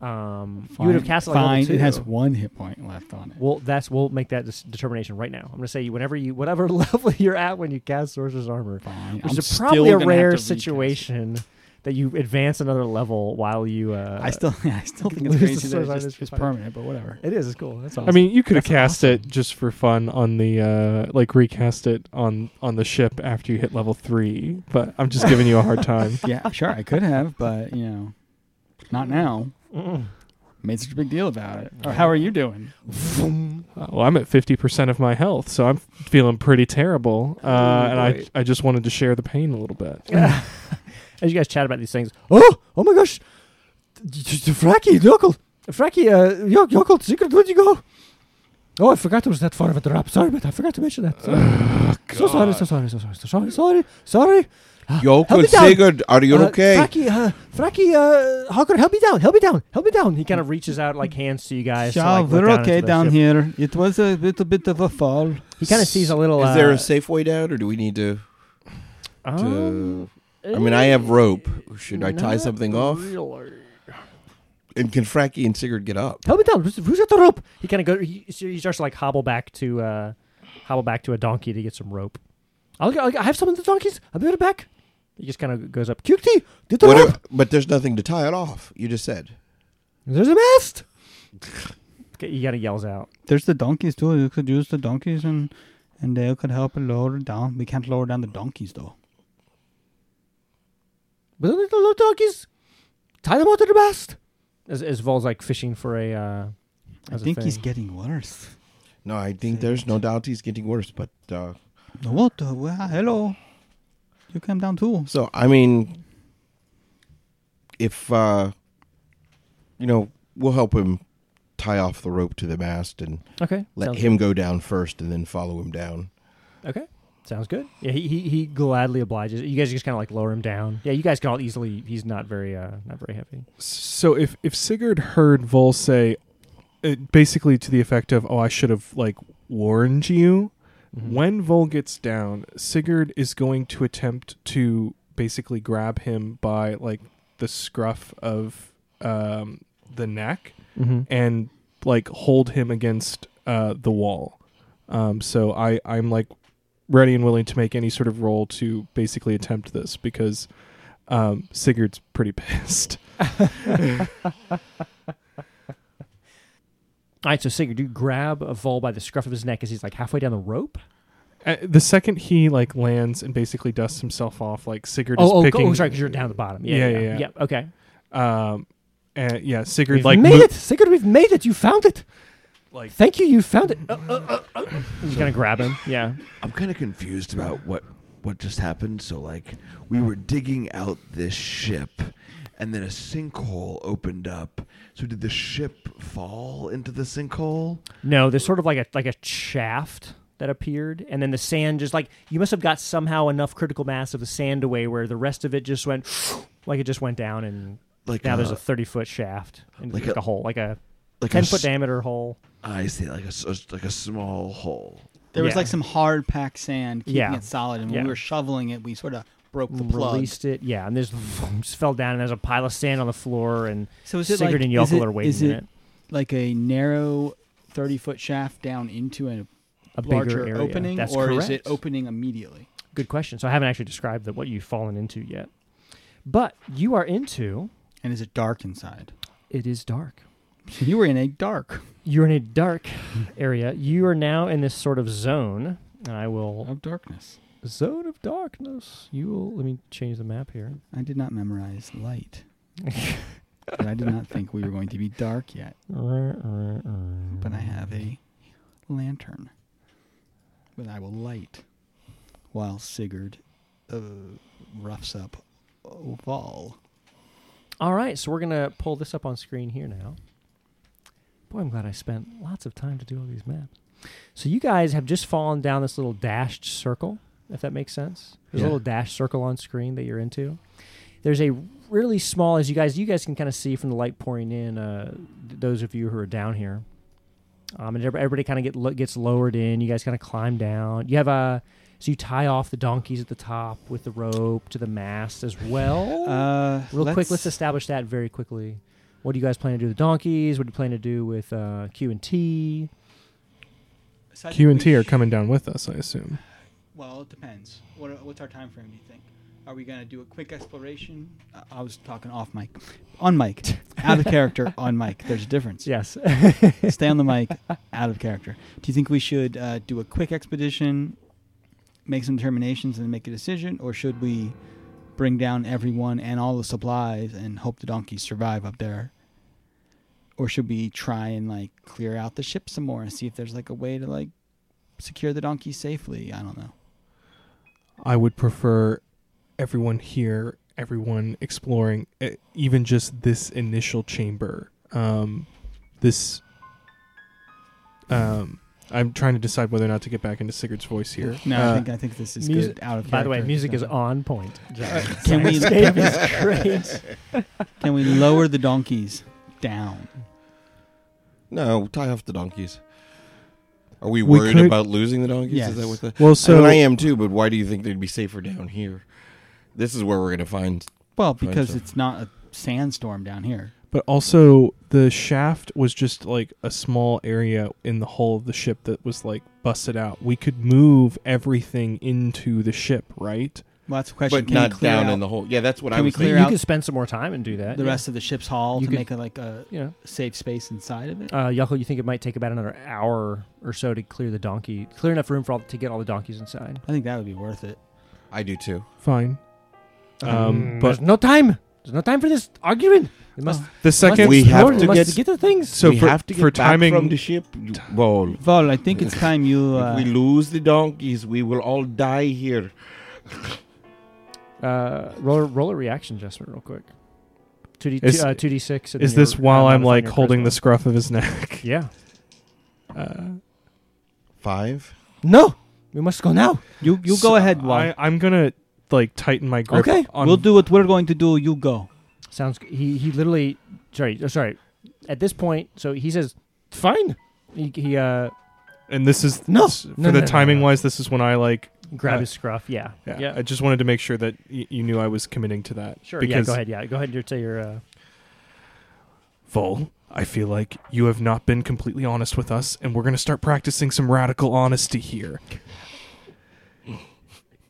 S1: Um, you would have cast at, like, level
S5: Fine.
S1: two.
S5: It has one hit point left on it.
S1: Well, that's we'll make that dis- determination right now. I'm going to say you whenever you whatever level you're at when you cast Sorcerer's Armor,
S5: Fine.
S1: which
S5: I'm
S1: is
S5: still
S1: probably a
S5: gonna have to
S1: rare
S5: recast it.
S1: situation that you advance another level while you. Uh,
S5: I still, I still think it's
S1: lose
S5: crazy
S1: the
S5: that
S1: sword on
S5: it's,
S1: this
S5: just, it's
S1: fire.
S5: permanent, but whatever.
S1: It is. It's cool. That's awesome.
S2: I mean, you could have
S1: That's
S2: cast
S1: awesome.
S2: it just for fun on the uh, like recast it on on the ship after you hit level three, but I'm just giving you a hard time.
S5: yeah, sure, I could have, but you know, not now.
S1: Mm.
S5: Made such a big deal about it. How are you doing?
S2: Uh, well, I'm at fifty percent of my health, so I'm feeling pretty terrible, uh, and I
S1: great.
S2: I just wanted to share the pain a little bit.
S1: As you guys chat about these things, oh, oh my gosh, Fracky, Yokel, Fracky, uh, Yokel, Secret, where'd you go? Oh, I forgot it was that far of a drop. Sorry, but I forgot to mention that. so sorry, so sorry, so sorry, so sorry, sorry, sorry.
S3: Yoko
S1: me down.
S3: Sigurd, are you
S1: Uh,
S3: okay?
S1: Fracky, uh, Fracky, uh, Hawker, help me down, help me down, help me down. He kind of reaches out like hands to you guys. to,
S5: Yeah,
S1: like, look
S5: we're
S1: down
S5: okay
S1: into the
S5: down
S1: ship.
S5: here. It was a little bit of a fall.
S1: He kind of sees a little.
S7: Is there
S1: uh,
S7: a safe way down, or do we need to? to
S1: um,
S7: I mean, I have rope. Should I tie
S1: not
S7: something off?
S1: really.
S7: And can Frankie and Sigurd get up?
S1: Help me down. Who's, who's at the rope? He kind of go. He, so he starts to, like hobble back to, uh, hobble back to a donkey to get some rope. I'll, I'll I have some of the donkeys. I'll be right back. He just kind of goes up. Cutie, did the
S7: What
S1: rope?
S7: if- but there's nothing to tie it off. You just said.
S1: There's a mast. Okay, he kind of yells out.
S5: There's the donkeys too. You could use the donkeys and and they could help lower down. We can't lower down the donkeys though.
S1: But the little donkeys, tie them onto the mast. As, as Vol's like fishing for a. Uh,
S5: I
S1: as a
S5: think he's
S1: thing.
S5: getting worse.
S7: No, I think there's no doubt he's getting worse. But uh,
S5: No, What? the- well, hello. You came down too.
S7: so I mean, if uh, you know, we'll help him tie off the rope to the mast and
S1: Okay.
S7: let
S1: sounds
S7: him go down first, and then follow him down.
S1: Okay. Sounds good. Yeah, he, he, he gladly obliges. You guys just kind of like lower him down. Yeah, you guys can all easily. He's not very uh not very heavy.
S2: So if if Sigurd heard Vol say, it basically to the effect of, "Oh, I should have like warned you,"
S1: Mm-hmm.
S2: when Vol gets down, Sigurd is going to attempt to basically grab him by like the scruff of um, the neck
S1: Mm-hmm.
S2: and like hold him against uh, the wall. Um, so I I'm like ready and willing to make any sort of roll to basically attempt this because um, Sigurd's pretty pissed.
S1: All right, so Sigurd, you grab a Vol by the scruff of his neck as he's like halfway down the rope.
S2: Uh, the second he like lands and basically dusts himself off, like Sigurd is
S1: Oh, oh,
S2: picking.
S1: go, oh, sorry, because you're down at the bottom. Yeah, yeah,
S2: Yeah,
S1: yeah.
S2: yeah, yeah.
S1: okay,
S2: Um, and yeah, Sigurd
S1: we've
S2: like
S1: made
S2: mo-
S1: it, Sigurd. We've made it. You found it.
S2: like
S1: Thank you. You found it. Uh, uh, uh, uh. He's gonna grab him. Yeah.
S6: I'm kind of confused about what what just happened. So like we were digging out this ship and then a sinkhole opened up. So did the ship fall into the sinkhole?
S1: No, there's sort of like a like a shaft that appeared, and then the sand just like you must have got somehow enough critical mass of the sand away where the rest of it just went like it just went down, and
S6: Like
S1: now
S6: a,
S1: there's a 30 foot shaft and
S6: like
S1: like a,
S6: a-
S1: hole, like a
S6: like
S1: 10
S6: a
S1: foot
S6: s-
S1: diameter hole.
S6: I see, like a s- like a small hole.
S5: There was
S1: Yeah.
S5: like some hard packed sand keeping
S1: Yeah.
S5: it solid, and
S1: Yeah.
S5: when we were shoveling it, we sort of broke the plug.
S1: Released it, yeah, and there's just fell down, and there's a pile of sand on the floor, and
S5: So is it
S1: Sigurd
S5: like
S1: and
S5: is
S1: Yokel
S5: it-
S1: are waiting
S5: is
S1: in
S5: it
S1: it.
S5: like a narrow thirty foot shaft down into a
S1: A
S5: larger
S1: bigger area.
S5: opening,
S1: That's
S5: or
S1: correct.
S5: is it opening immediately?
S1: Good question. So I haven't actually described the, what you've fallen into yet, but you are into.
S5: And is it dark inside?
S1: It is dark.
S5: You were in a dark
S1: You're in a dark area. You are now in this sort of zone, and I will
S5: of darkness.
S1: zone of darkness. You will. Let me change the map here.
S5: I did not memorize light. but I did not think we were going to be dark yet. But I have a lantern that I will light while Sigurd uh, roughs up Val.
S1: All right, so we're gonna pull this up on screen here now. Boy, I'm glad I spent lots of time to do all these maps. So you guys have just fallen down this little dashed circle, if that makes sense. There's a
S5: Yeah.
S1: little dashed circle on screen that you're into. There's a really small, as you guys you guys can kind of see from the light pouring in. Uh, th- those of you who are down here, um, and everybody, everybody kind of get lo- gets lowered in. You guys kind of climb down. You have a so you tie off the donkeys at the top with the rope to the mast as well.
S5: Uh,
S1: Real quick, let's establish that very quickly. What do you guys plan to do with the donkeys? What do you plan to do with uh, Q and T?
S5: Aside
S2: Q
S5: from
S2: and T are
S5: which-
S2: coming down with us, I assume.
S5: Well, it depends. What, are- what's our time frame? Do you think? Are we gonna do a quick exploration? Uh, I was talking off mic, on mic, out of character, on mic. There's a difference.
S1: Yes.
S5: Stay on the mic, out of character. Do you think we should uh, do a quick expedition, make some determinations, and make a decision, or should we bring down everyone and all the supplies and hope the donkeys survive up there? Or should we try and like clear out the ship some more and see if there's like a way to like secure the donkeys safely? I don't know.
S2: I would prefer everyone here, everyone exploring, e- even just this initial chamber. Um, this. Um, I'm trying to decide whether or not to get back into Sigurd's voice here.
S5: No,
S2: Uh,
S5: I think I think this is
S1: music-
S5: good. Out of
S1: By the way,
S5: character.
S1: music is on point.
S5: Can we
S1: Escape is great.
S5: can we lower the donkeys down?
S7: No, tie off the donkeys. Are we
S2: We
S7: worried
S2: could-
S7: about losing the donkeys?
S5: Yes.
S7: Is that what the
S2: Well,
S7: so I,
S2: so
S7: am too, but why do you think they'd be safer down here? This is where we're gonna find
S5: Well,
S7: Fine,
S5: because
S7: sir.
S5: it's not a sandstorm down here.
S2: but also the shaft was just like a small area in the hull of the ship that was like busted out. We could move everything into the ship, right?
S5: Well, that's the question.
S7: but
S5: can we
S7: not
S5: clear
S7: down
S5: out
S7: in the hole. Yeah, that's what
S5: Can
S7: I
S5: we
S7: was
S5: clear
S7: thinking.
S1: you
S5: out
S1: could spend some more time and do that.
S5: the
S1: yeah.
S5: rest of the ship's hull
S1: You
S5: to
S1: could-
S5: make a, like a
S1: Yeah.
S5: safe space inside of it?
S1: Uh, Yako, you think it might take about another hour or so to clear the donkey, clear enough room for all to get all the donkeys inside.
S5: I think that would be worth it.
S7: I do too.
S2: Fine. Um, but-
S1: there's no time. There's no time for this arguing. We must.
S2: The second
S7: We have
S1: explore,
S7: to
S1: we must
S7: get-
S1: get the things.
S2: so
S7: we
S2: for,
S7: have to get
S2: for
S7: back
S2: timing
S7: from the ship. You- Well,
S5: Vol, I think it's time you. Uh,
S7: if we lose the donkeys, we will all die here.
S1: Uh, roll, roll a reaction adjustment real quick. Two d
S2: Is-
S1: two, uh, two d six.
S2: Is this while I'm like holding the scruff of his neck?
S1: Yeah.
S2: Uh,
S7: Five.
S1: No, we must go now.
S5: you you
S2: so
S5: go ahead, Vol.
S2: I, I'm gonna like tighten my grip.
S5: okay,
S2: on-
S5: we'll do what we're going to do. You go.
S1: Sounds. g- He he literally. Sorry, oh, sorry. At this point, so he says, "Fine." He, he uh
S2: And this is
S1: No.
S2: this- for
S1: No, no,
S2: the
S1: no,
S2: timing
S1: no.
S2: wise. This is when I like.
S1: grab
S2: Uh,
S1: his scruff. Yeah.
S2: Yeah, I just wanted to make sure that y- you knew I was committing to that.
S1: Sure.
S2: Because
S1: yeah. Go ahead. Yeah. Go ahead and do- say your. Uh,
S2: Vol, I feel like you have not been completely honest with us, and we're going to start practicing some radical honesty here.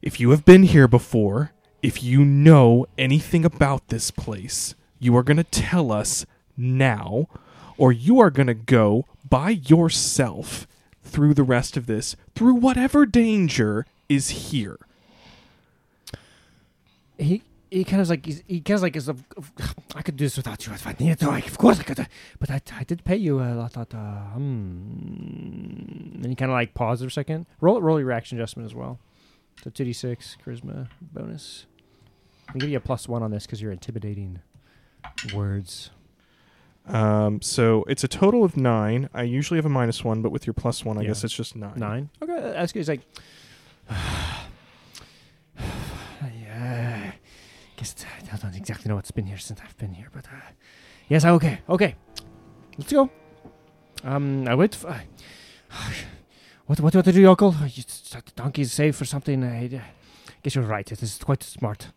S2: If you have been here before, if you know anything about this place, you are going to tell us now, or you are going to go by yourself through the rest of this, through whatever danger is here.
S1: he he kind of like he's, he kind of like is a, I could do this without you if I needed to. I, of course I could, uh, but I, I did pay you a lot. lot, uh, hmm. And he kind of like pauses for a second. Roll roll your reaction adjustment as well. So two d six charisma bonus. I'm gonna give you a plus one on this because you're intimidating words.
S2: Um, so it's a total of nine. I usually have a minus one, but with your plus one, I
S1: Yeah.
S2: guess it's just nine.
S1: Nine. Okay, that's good. He's like, yeah. Guess it's- I don't exactly know what's been here since I've been here, but uh, yes, I- okay, okay. Let's go. Um, I wait. For, what what do I do, Yoko? You said the donkey is safe or something. I uh, guess you're right. It is quite smart.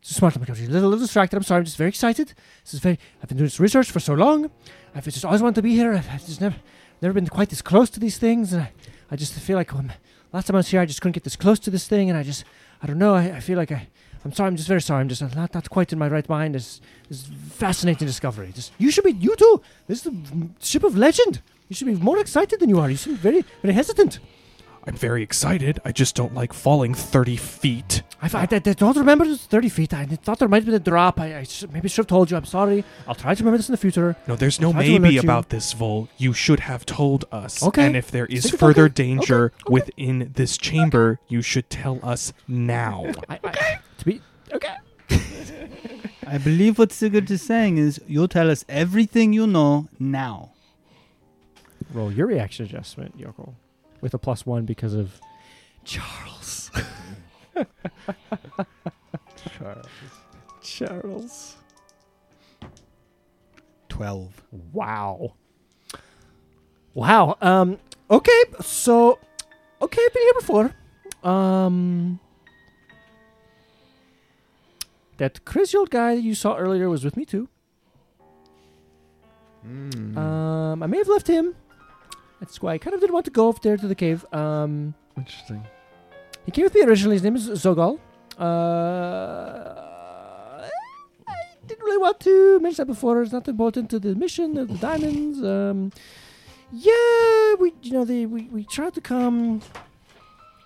S1: It's smart. I'm "Oh, a little, little distracted. I'm sorry. I'm just very excited. This is very. I've been doing this research for so long. I've just always wanted to be here. I've, I've just never, never been quite this close to these things. And I, I just feel like um, last time I was here, I just couldn't get this close to this thing, and I just, I don't know. I, I feel like I, I'm sorry. I'm just very sorry. I'm just not, not quite in my right mind. This, this fascinating discovery. Just you should be, you too. This is the m- ship of legend. You should be more excited than you are. You seem very, very hesitant.
S2: I'm very excited. I just don't like falling 30 feet.
S1: I, f- I, I don't remember it's 30 feet. I thought there might have been a drop. I, I sh- maybe should have told you. I'm sorry. I'll try to remember this in the future.
S2: No, there's no
S1: Try to alert
S2: maybe
S1: you.
S2: about this, Vol. You should have told us.
S1: Okay.
S2: And if there is
S1: Think it's
S2: further
S1: okay.
S2: danger
S1: Okay, okay.
S2: within this chamber, you should tell us now.
S1: I, I, to be okay.
S5: I believe what Sigurd is saying is you'll tell us everything you know now.
S1: Roll your reaction adjustment, Yoko, with a plus one because of Charles. Charles. Charles.
S5: Twelve.
S1: Wow. Wow. Um. Okay. So. Okay, I've been here before. Um. That crazy old guy you saw earlier was with me too.
S6: Mm.
S1: Um, I may have left him. That's why I kind of didn't want to go up there to the cave. Um,
S8: Interesting.
S1: he came with me originally. His name is Zogal. Uh, I didn't really want to mention that before. It's not important to the mission of the diamonds. Um, yeah, we you know they we, we tried to come.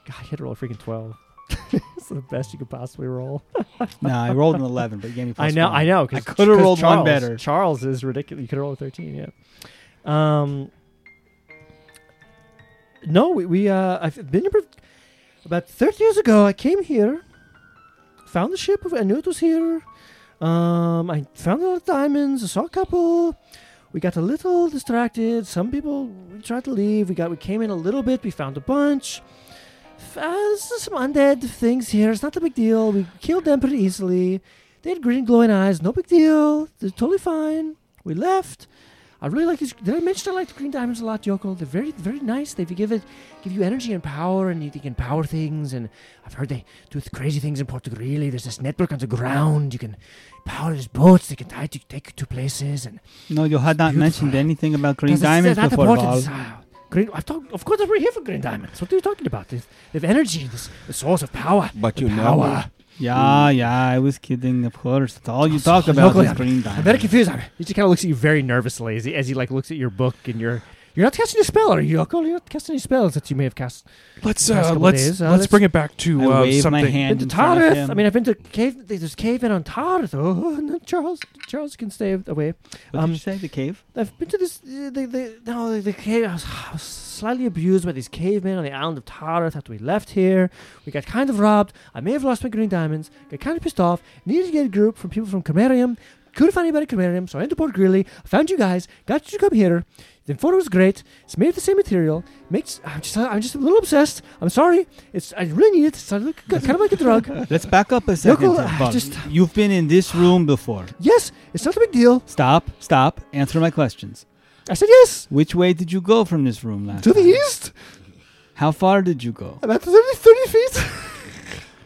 S1: God, you had to roll a freaking twelve. it's the best you could possibly roll.
S5: no, I rolled an 11, but you gave me
S1: I
S5: plus
S1: know,
S5: one.
S1: I know. Cause,
S5: I coulda
S1: 'cause
S5: rolled one
S1: Charles-
S5: better.
S1: Charles is ridiculous. You could roll a thirteen, yeah. Um, no, we, we uh, I've been here about thirty years ago. I came here, found the ship. I knew it was here. Um, I found a lot of diamonds. I saw a couple. We got a little distracted. Some people we tried to leave. We got we came in a little bit. We found a bunch. F- Uh, this is some undead things here. It's not a big deal. We killed them pretty easily. They had green glowing eyes. No big deal. They're totally fine. We left. I really like these. Did I mention I like the green diamonds a lot, Yoko? They're very, very nice. They give it, give you energy and power, and you they can power things. And I've heard they do th- crazy things in Portugal. Really, there's this network on the ground. You can power these boats. They can tie to take you to places. And
S5: No, you had not
S1: Beautiful.
S5: mentioned anything about green
S1: Does it-
S5: diamonds
S1: that's
S5: before,
S1: important.
S5: Val.
S1: Ah, Green, I've talked, of course, we're here for green diamonds. What are you talking about? They they have energy, this, the source of power.
S7: But
S1: the
S7: you know-
S1: power.
S5: Yeah, yeah, I was kidding, of course. That's all you talk
S1: so
S5: about
S1: lovely.
S5: is green
S1: I'm very
S5: diamonds.
S1: confused. He just kind of looks at you very nervously as he, as he like looks at your book and your. You're not casting a spell, are you, Yoko? You're not casting any spells that you may have cast.
S2: Let's
S1: Past
S2: uh,
S1: couple
S2: let's
S1: days, uh,
S2: let's
S1: let's-
S2: bring it back to
S5: I
S2: uh,
S5: wave
S2: something.
S5: my hand
S1: Into
S5: in front of
S1: Tarith.
S5: him.
S1: I mean, I've been to cave. There's cave in on Tarith. Oh, no, Charles, Charles can stay away.
S5: what
S1: um,
S5: did you say? The cave?
S1: I've been to this. uh, The, the, no, the, the cave. I was, I was slightly abused by these cavemen on the island of Tarith after we left here. We got kind of robbed. I may have lost my green diamonds. Got kind of pissed off. Needed to get a group from people from Cremarium. Couldn't find anybody at Cremarium, so I went to Port Greeley. I found you guys. Got you to come here. The photo was great. It's made of the same material. Makes. I'm just. I'm just a little obsessed. I'm sorry. It's. I really need it. It's kind of like a drug.
S5: Let's back up a second.
S1: Yoko,
S5: here,
S1: I
S5: Val.
S1: just-
S5: You've been in this room before.
S1: Yes, it's not a big deal.
S5: Stop, stop, answer my questions.
S1: I said yes.
S5: Which way did you go from this room last
S1: To the
S5: time?
S1: east,
S5: How far did you go?
S1: about 30, 30 feet.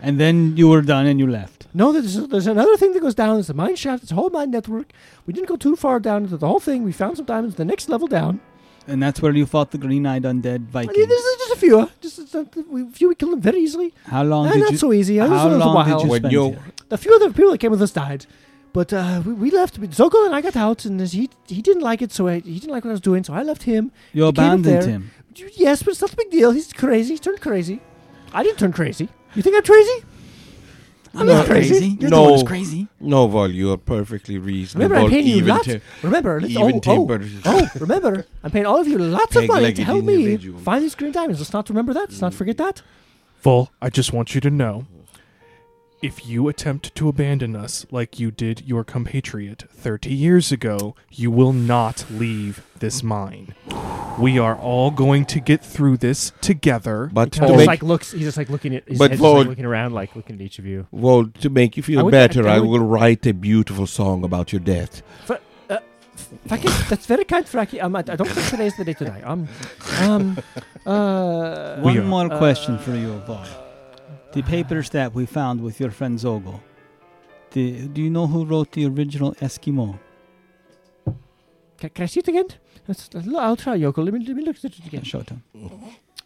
S5: And then you were done and you left.
S1: No, there's, there's another thing that goes down. It's the mine shaft. It's a whole mine network. We didn't go too far down into the whole thing. We found some diamonds the next level down.
S5: And that's where you fought the green-eyed undead
S1: I mean,
S5: Vikings.
S1: there's just a few. uh, Just it's not- we, a few we killed them very easily.
S5: How long
S1: Eh,
S5: did
S1: not
S5: you?
S1: so easy. I was
S5: how
S1: there for a
S5: long
S1: while.
S5: did you
S7: When
S5: spend
S7: you-
S5: here?
S1: A few of the people that came with us died, but uh, we, we left. Zoko and I got out, and he he didn't like it, so I, he didn't like what I was doing, so I left him.
S5: You
S1: I came up
S5: abandoned
S1: there.
S5: him.
S1: Yes, but it's not a big deal. He's crazy. He turned crazy. I didn't turn crazy. You think I'm crazy? I'm not crazy.
S5: You're the one who's
S7: No.
S5: crazy.
S7: No, Val, you are perfectly reasonable.
S1: Remember, I'm paying you
S7: even
S1: lots.
S7: te-
S1: remember, let's,
S7: even
S1: oh, oh,
S7: tempered.
S1: oh, remember, I'm paying all of you lots of money to
S7: Peg-legged
S1: help me
S7: individual.
S1: find these green diamonds. Let's not remember that. Let's not forget that.
S2: Full, I just want you to know if you attempt to abandon us like you did your compatriot 30 years ago, you will not leave this mine. We are all going to get through this together.
S7: But
S1: Kind
S7: to
S1: of just
S7: make,
S1: like looks. He's just like looking at. His
S7: But
S1: head's just, like
S7: Vaughn-
S1: looking around, like looking at each of you.
S7: well, to make you feel
S1: I would-
S7: better,
S1: I
S7: I,
S1: would-
S7: will write a beautiful song about your death.
S1: Fracky, that's very kind, Fracky. Um, I, I don't think today's the day to die. Um, um, uh,
S5: One
S2: are-
S5: more
S1: uh,
S5: question for you, Vol. The papers that we found with your friend Zogo. The, do you know who wrote the original Eskimo?
S1: Can, can I see it again? Let's, let's- I'll try, Yoko. Let me let me look at it
S5: Yeah,
S1: again.
S5: show it to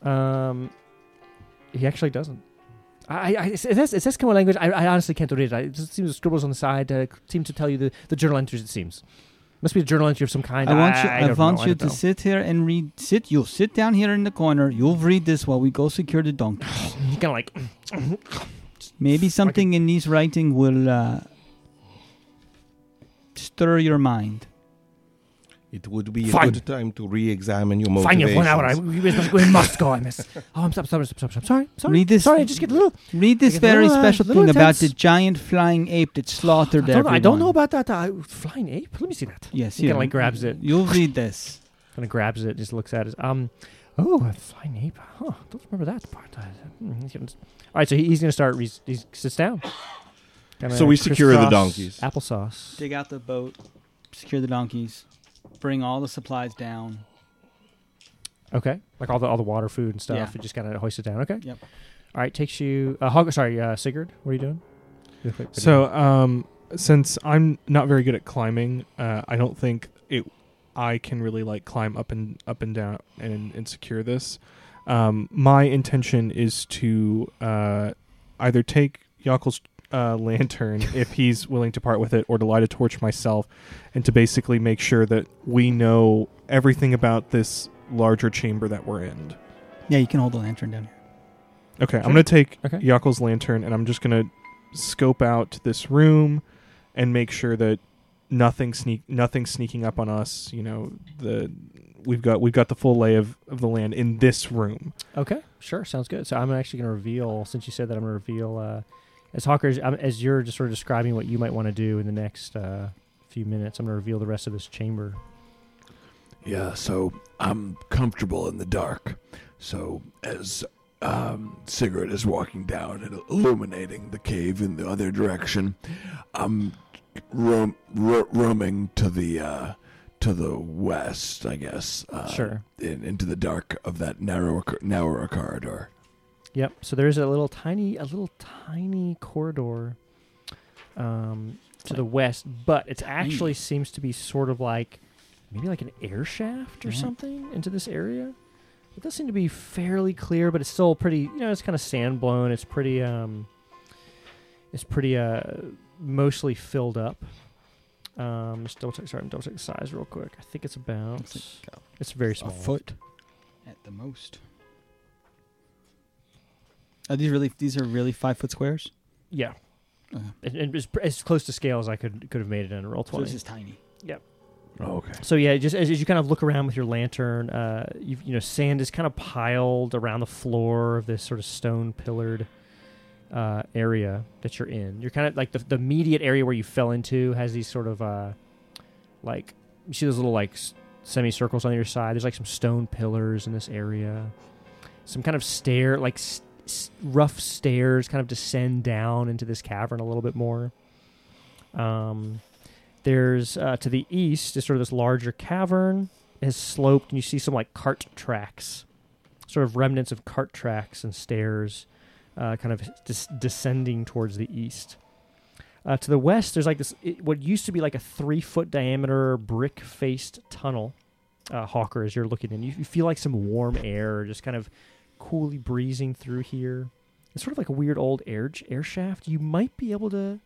S5: him.
S1: Um, he actually doesn't. I, I- I, it says it says Kimo language. I, I honestly can't read it. I, it just seems the scribbles on the side uh, seem to tell you the, the journal entries. It seems must be a journal entry of some kind.
S5: I want you.
S1: I,
S5: I,
S1: don't
S5: want
S1: know, I
S5: you
S1: don't
S5: to
S1: know.
S5: sit here and read. Sit. You'll sit down here in the corner. You'll read this while we go secure the donkey.
S1: He kind of like
S5: Maybe something in this writing will uh, stir your mind.
S7: It would be
S1: Fine.
S7: a good time to re-examine your motivations.
S1: fine. You have one hour. I, we, we must go. We must go. I miss. Oh, I'm so- I'm sorry. I'm sorry. I'm sorry. I'm sorry.
S5: Read this-
S1: Sorry. I just get a little.
S5: Read this
S1: Okay,
S5: very
S1: little, uh,
S5: special
S1: little
S5: thing about the
S1: intense.
S5: giant flying ape that
S1: I
S5: slaughtered
S1: don't, know-
S5: everyone.
S1: I don't know about that. Uh, flying ape. Let me see that.
S5: Yes,
S1: He kinda,
S5: here.
S1: like, grabs it.
S5: You'll read this.
S1: Kind of grabs it. Just looks at it. Um. Oh, a flying ape. Huh. Don't remember that part. I- hmm, he's gonna- All right. So he, he's gonna start. He sits down. Kinda
S7: So we secure the
S1: crisscross
S7: donkeys.
S1: Applesauce.
S5: Dig out the boat, secure the donkeys, bring all the supplies down.
S1: Okay, like all the all the water, food, and stuff.
S5: Yeah.
S1: You just kind of hoist it down. Okay.
S5: Yep.
S1: All right, takes you. Uh, Hog- sorry, uh, Sigurd. What are you doing? Real quick, what are you
S2: So, um, since I'm not very good at climbing, uh, I don't think it I can really like climb up and up and down and and secure this. Um, my intention is to uh, either take Yakel's uh, lantern if he's willing to part with it, or to light a torch myself, and to basically make sure that we know everything about this larger chamber that we're in.
S5: Yeah, you can hold the lantern down here.
S2: Okay, I'm gonna take
S1: Okay.
S2: Yakel's lantern and I'm just gonna scope out this room and make sure that nothing sneak nothing sneaking up on us. You know, the we've got we've got the full lay of, of the land in this room.
S1: Okay, sure, sounds good. So I'm actually going to reveal, since you said that, I'm going to reveal uh, as Hawker as, um, as you're just sort of describing what you might want to do in the next uh, few minutes. I'm going to reveal the rest of this chamber.
S6: Yeah, so I'm comfortable in the dark. So as um, Sigurd is walking down and illuminating the cave in the other direction, I'm roam, ro- roaming to the uh, to the west, I guess. Uh,
S1: Sure.
S6: In, into the dark of that narrower cor- narrower corridor.
S1: Yep. So there's a little tiny, a little tiny corridor um, to the west, but it actually seems to be sort of like maybe like an air shaft or
S5: Yeah.
S1: something into this area. It does seem to be fairly clear, but it's still pretty. You know, it's kind of sand blown. It's pretty. Um, it's pretty uh, mostly filled up. Um, just double check. Sorry, I'm double checking size real quick. I think it's about.
S5: Looks like uh,
S1: it's very small.
S4: A foot.
S5: at the most. Are these really? These are really five foot squares.
S1: Yeah.
S5: Uh-huh.
S1: And, and as, as close to scale as I could could have made it in a roll
S5: So
S1: twenty.
S5: this is tiny.
S6: Oh, okay.
S1: So yeah, just as, as you kind of look around with your lantern, uh, you, you know, sand is kind of piled around the floor of this sort of stone pillared uh, area that you're in. You're kind of like the, the immediate area where you fell into has these sort of uh, like you see those little like s- semicircles on your side. There's like some stone pillars in this area, some kind of stair like s- s- rough stairs kind of descend down into this cavern a little bit more. Um, there's uh, to the east is sort of this larger cavern. It has sloped, and you see some like cart tracks, sort of remnants of cart tracks and stairs, uh, kind of dis- descending towards the east. Uh, to the west, there's like this it, what used to be like a three foot diameter brick faced tunnel. Uh, Hawker, as you're looking in, you, you feel like some warm air just kind of coolly breezing through here. It's sort of like a weird old air air shaft. You might be able to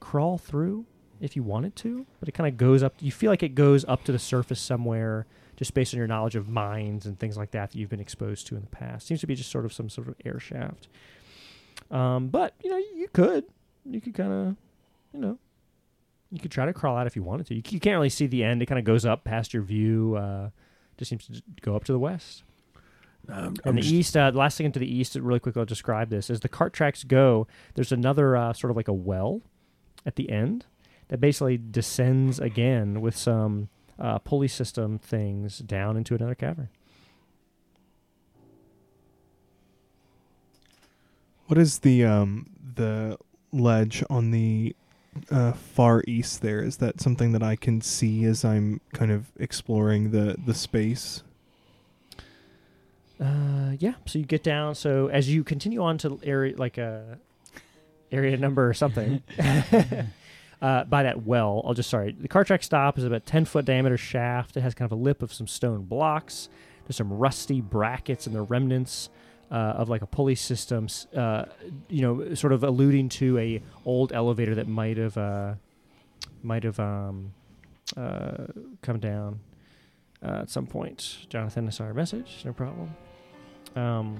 S1: crawl through if you wanted to, but it kind of goes up. You feel like it goes up to the surface somewhere, just based on your knowledge of mines and things like that that you've been exposed to in the past. Seems to be just sort of some sort of air shaft. Um, but you know, you could, you could kind of, you know, you could try to crawl out if you wanted to. You, c- you can't really see the end. It kind of goes up past your view. Uh, just seems to j- go up to the west.
S6: Um,
S1: And
S6: I'm
S1: the
S6: just-
S1: east, uh, the last thing into the east, really quickly, I'll describe this. As the cart tracks go, there's another uh, sort of like a well at the end that basically descends again with some uh, pulley system things down into another cavern.
S2: What is the um the ledge on the uh, far east there? Is that something that I can see as I'm kind of exploring the the space?
S1: Uh, yeah. So you get down. So as you continue on to area like a area number or something uh, by that well, I'll just sorry. The car track stop is about ten foot diameter shaft. It has kind of a lip of some stone blocks. There's some rusty brackets and the remnants. Uh, of like a pulley system, s- uh, you know, sort of alluding to a old elevator that might have uh, might have um, uh, come down uh, at some point. Jonathan, I saw your message. No problem. Um,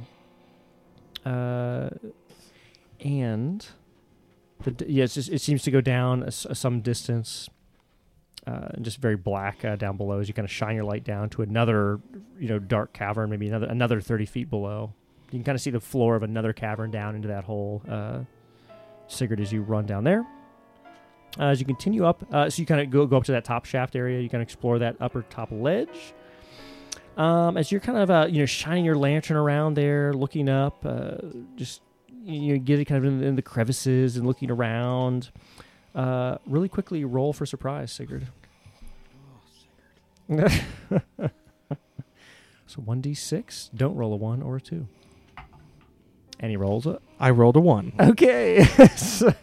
S1: uh, and the d- yeah, it's just, it seems to go down a s some distance, uh, and just very black uh, down below as you kind of shine your light down to another, you know, dark cavern, maybe another another thirty feet below. You can kind of see the floor of another cavern down into that hole, uh, Sigurd, as you run down there. Uh, as you continue up, uh, so you kind of go, go up to that top shaft area. You can explore that upper top ledge. Um, as you're kind of uh, you know shining your lantern around there, looking up, uh, just you know getting kind of in, in the crevices and looking around. Uh, really quickly, roll for surprise, Sigurd. so one d six. Don't roll a one or a two. And he rolls it.
S2: I rolled a one.
S1: Oh, Okay. so,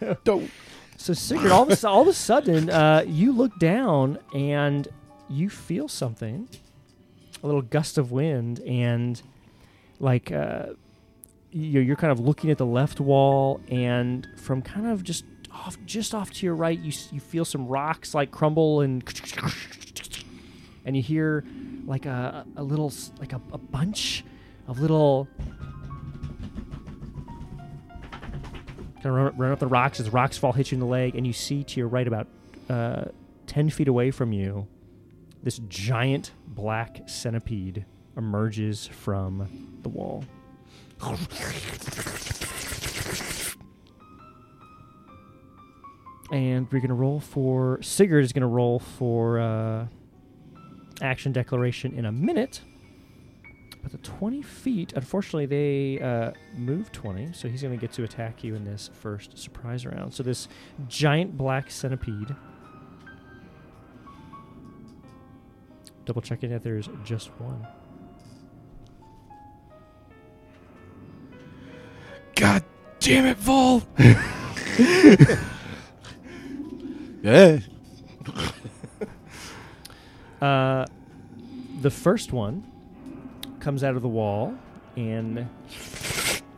S1: so Sigurd, all of a, su- all of a sudden, uh, you look down and you feel something, a little gust of wind, and like uh, you're, you're kind of looking at the left wall, and from kind of just off, just off to your right, you s- you feel some rocks like crumble and. And you hear like a, a little, s- like a, a bunch of little kind of run, run up the rocks as rocks fall, hit you in the leg, and you see to your right, about uh, 10 feet away from you, this giant black centipede emerges from the wall. And we're going to roll for. Sigurd is going to roll for uh, action declaration in a minute. But the 20 feet, unfortunately, they uh, move 20, so he's going to get to attack you in this first surprise round. So this giant black centipede. Double checking that there's just one.
S2: God damn it, Vol!
S7: Yeah.
S1: Uh, the first one comes out of the wall and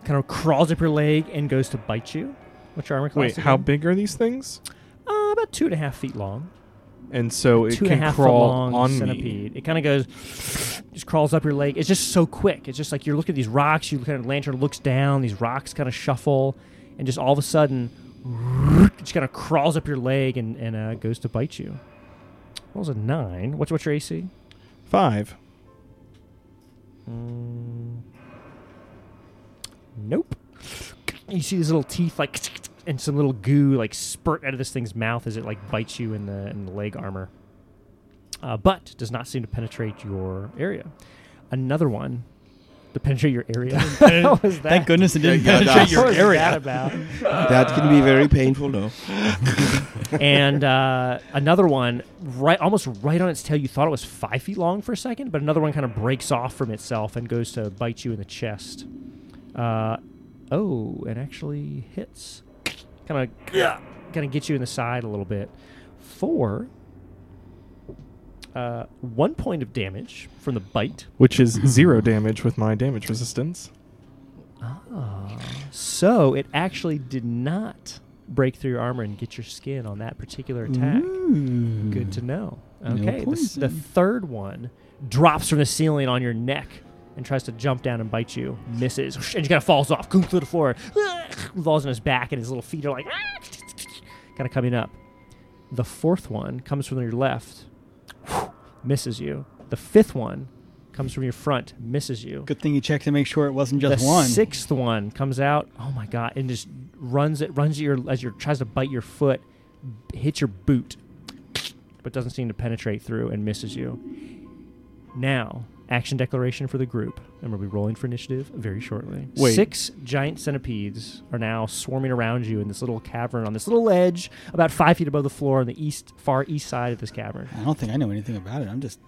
S1: kind of crawls up your leg and goes to bite you. What's your armor class?
S2: Wait, how
S1: again?
S2: big are these things?
S1: Uh, about two and a half feet long.
S2: And so it
S1: two and a
S2: can
S1: half
S2: crawl
S1: foot long
S2: on me.
S1: centipede. It kind of goes, just crawls up your leg. It's just so quick. It's just like you're looking at these rocks. You kind of lantern looks down. These rocks kind of shuffle, and just all of a sudden, it just kind of crawls up your leg and and uh, goes to bite you. Rolls a nine. What's what's your AC?
S2: Five.
S1: Mm. Nope. You see these little teeth like and some little goo like spurt out of this thing's mouth as it like bites you in the in the leg armor. Uh, but does not seem to penetrate your area. Another one to penetrate your area. How was that?
S5: Thank goodness it didn't
S7: Yeah, yeah,
S5: penetrate
S7: that's-
S1: What
S5: your
S1: was
S5: area.
S1: that about?
S7: That can be very painful, though.
S1: and uh, another one right almost right on its tail you thought it was five feet long for a second but another one kind of breaks off from itself and goes to bite you in the chest uh, oh and actually hits kind of kind of gets you in the side a little bit for uh, one point of damage from the bite
S2: Which is zero damage with my damage resistance.
S1: so it actually did not break through your armor and get your skin on that particular attack Good to know. Okay, the, s- the
S5: Mm. poison.
S1: third one drops from the ceiling on your neck and tries to jump down and bite you. Misses, and he kind of falls off, goes to the floor, falls on his back, and his little feet are like kind of coming up. The fourth one comes from your left, misses you. The fifth one comes from your front, misses you.
S5: Good thing you checked to make sure it wasn't just
S1: the
S5: one.
S1: sixth one comes out. Oh my god! And just runs it runs at your as your tries to bite your foot, b- hits your boot, but doesn't seem to penetrate through and misses you. Now, action declaration for the group, and we'll be rolling for initiative very shortly.
S2: Wait.
S1: Six giant centipedes are now swarming around you in this little cavern on this little ledge, about five feet above the floor on the east far east side of this cavern.
S5: I don't think I know anything about it. I'm just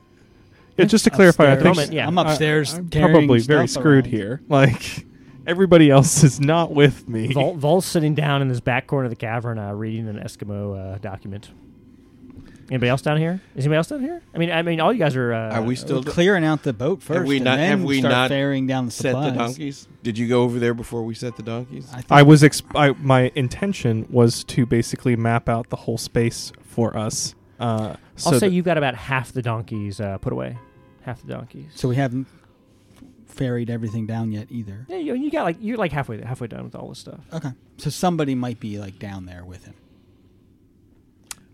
S2: Yeah, just to clarify, I
S5: upstairs.
S2: think
S1: Moment, yeah.
S5: I'm upstairs.
S2: I, am
S5: carrying
S2: probably very
S5: stuff
S2: screwed
S5: around.
S2: here. Like everybody else is not with me.
S1: Vol, Vol's sitting down in this back corner of the cavern, uh, reading an Eskimo uh, document. Anybody else down here? Is anybody else down here? I mean, I mean, all you guys are. Uh,
S7: Are we
S5: We're
S7: still
S5: clearing out the boat first,
S7: we
S5: and
S7: not-
S5: then
S7: have we
S5: start
S7: not
S5: ferrying down the
S7: set
S5: supplies.
S7: the donkeys? Did you go over there before we set the donkeys?
S5: I, think
S2: I was exp- I, my intention was to basically map out the whole space for us. Uh, so
S1: I'll say
S2: that-
S1: you've got about half the donkeys uh, put away, half the donkeys.
S5: so. We haven't ferried everything down yet either.
S1: yeah, you, you got like you're like halfway halfway done with all this stuff.
S5: Okay, so somebody might be like down there with him.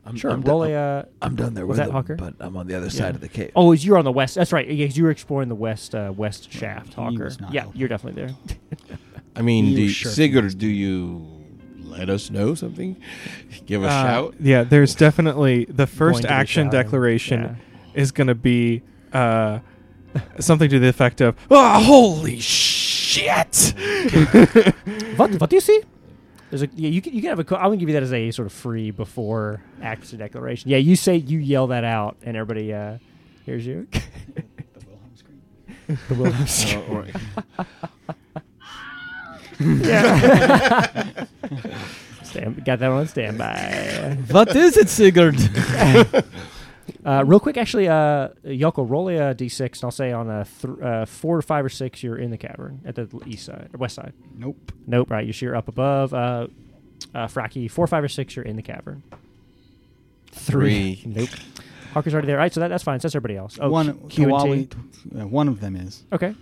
S6: I'm,
S1: Sure.
S6: I'm,
S1: roll
S6: done,
S1: a, uh,
S6: I'm done there
S1: Was
S6: with
S1: that
S6: them,
S1: Hawker?
S6: but I'm on the other side of the cave.
S1: oh, is you're on the west? That's right. Yeah, 'cause you were exploring the west uh, west shaft,
S5: he
S1: Hawker.
S5: was not
S1: Yeah,
S5: helping.
S1: you're definitely there.
S7: I mean,
S5: You
S7: do,
S5: sure
S7: Sigurd, do you let us know something? Give a
S2: uh,
S7: shout?
S2: Yeah, there's definitely the first
S1: to be
S2: action
S1: shouting,
S2: declaration is going to be uh, something to the effect of "Oh, holy shit!"
S1: What what do you see? There's a yeah, you can you can have a co- I'm gonna give you that as a sort of free before action declaration. Yeah, you say you yell that out and everybody uh hears you. The Wilhelm scream.
S7: Uh, or-
S1: Stand, got that on standby.
S5: What is it, Sigurd?
S1: Uh, real quick, actually, uh, Yoko, roll a d6, and I'll say on a th- uh, four or five or six, you're in the cavern at the east side, or west side.
S4: Nope.
S1: Nope, right. You're, so you're up above. Uh, uh, Fracky, four, five, or six, you're in the cavern.
S7: Three.
S1: nope. Harker's already there. All right, so that, that's fine. So that's everybody else. Oh,
S4: One
S1: Q- Q and
S4: Tawawi,
S1: T.
S4: uh, one of them is.
S1: Okay.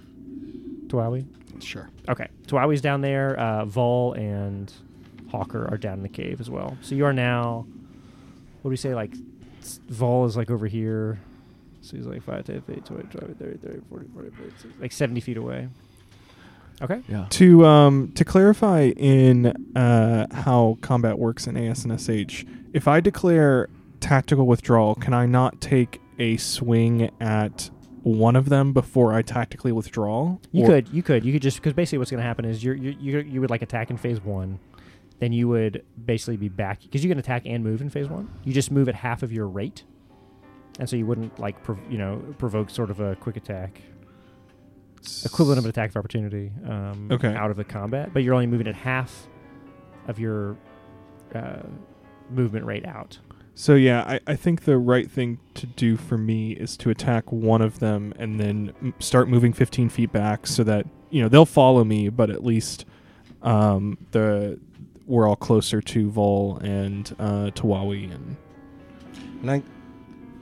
S1: Tawawi.
S4: Sure.
S1: Okay. Tawawi's down there. Uh, Vol and Hawker are down in the cave as well. So you are now, what do we say, like, s- Vol is like over here. So he's like 5, 10, 15, 20, 20, 30, 30, 40, 40, 50, 60, like 70 feet away. Okay.
S6: Yeah.
S2: To um to clarify in uh how combat works in ASNSH, if I declare tactical withdrawal, can I not take a swing at one of them before I tactically withdraw?
S1: You
S2: Or-
S1: could, you could, you could just because basically what's going to happen is you're, you you you would like attack in phase one, then you would basically be back because you can attack and move in phase one. You just move at half of your rate, and so you wouldn't like prov- you know provoke sort of a quick attack equivalent of an attack of opportunity um,
S2: Okay.
S1: out of the combat, but you're only moving at half of your uh, movement rate out.
S2: So yeah, I, I think the right thing to do for me is to attack one of them and then m- start moving 15 feet back so that you know they'll follow me, but at least um, the we're all closer to Vol and uh, Tawawi and
S7: And I,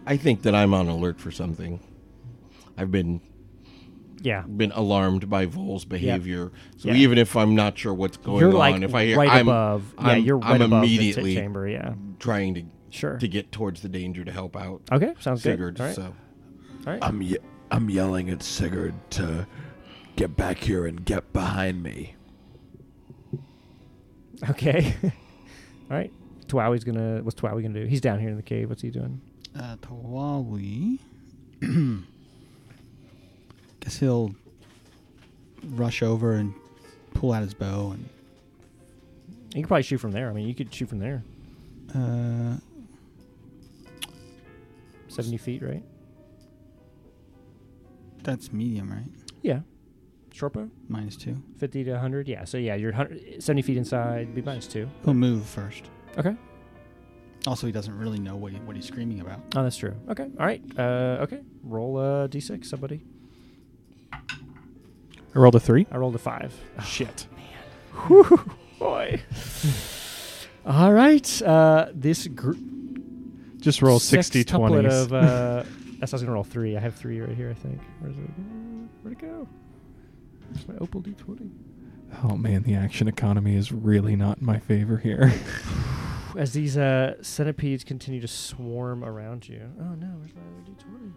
S7: I think that I'm on alert for something. I've been
S1: Yeah.
S7: been alarmed by Vol's behavior. So
S1: Yeah.
S7: even if I'm not sure what's going
S1: you're
S7: on,
S1: like
S7: if I hear
S1: right
S7: I'm
S1: above, yeah,
S7: I'm-
S1: you're right
S7: I'm
S1: above the
S7: immediately-
S1: tit chamber, yeah,
S7: trying to
S1: sure.
S7: to get towards the danger to help out
S1: Okay, sounds
S7: Sigurd.
S1: good. All right.
S7: So
S1: All right.
S6: I'm ye- I'm yelling at Sigurd to get back here and get behind me.
S1: Okay. All right. Twowy's gonna. What's Twowy gonna do? He's down here in the cave. What's he doing?
S4: Uh, Tawawi. Guess he'll rush over and pull out his bow and
S1: You could probably shoot from there. I mean, you could shoot from there,
S4: uh,
S1: seventy feet, right?
S4: that's medium, right?
S1: Yeah. Short bow,
S4: Minus two.
S1: fifty to hundred. Yeah. So yeah, you're 100, 70 feet inside. Be minus two.
S4: He'll move first.
S1: Okay.
S4: Also, he doesn't really know what he, what he's screaming about.
S1: Oh, that's true. Okay. All right. Uh, okay. Roll a d6, somebody.
S2: I rolled a three.
S1: I rolled a five.
S2: Shit.
S1: Oh, Boy. All right. Uh, this gr-
S2: Just roll 60
S1: sextuplet
S2: 20s.
S1: Of, uh, that's I was gonna roll three. I have three right here. I think. Where's it? Where'd it go? Where's my opal d twenty?
S2: oh man, the action economy is really not in my favor here.
S1: As these uh, centipedes continue to swarm around you. Oh no, where's my other d20?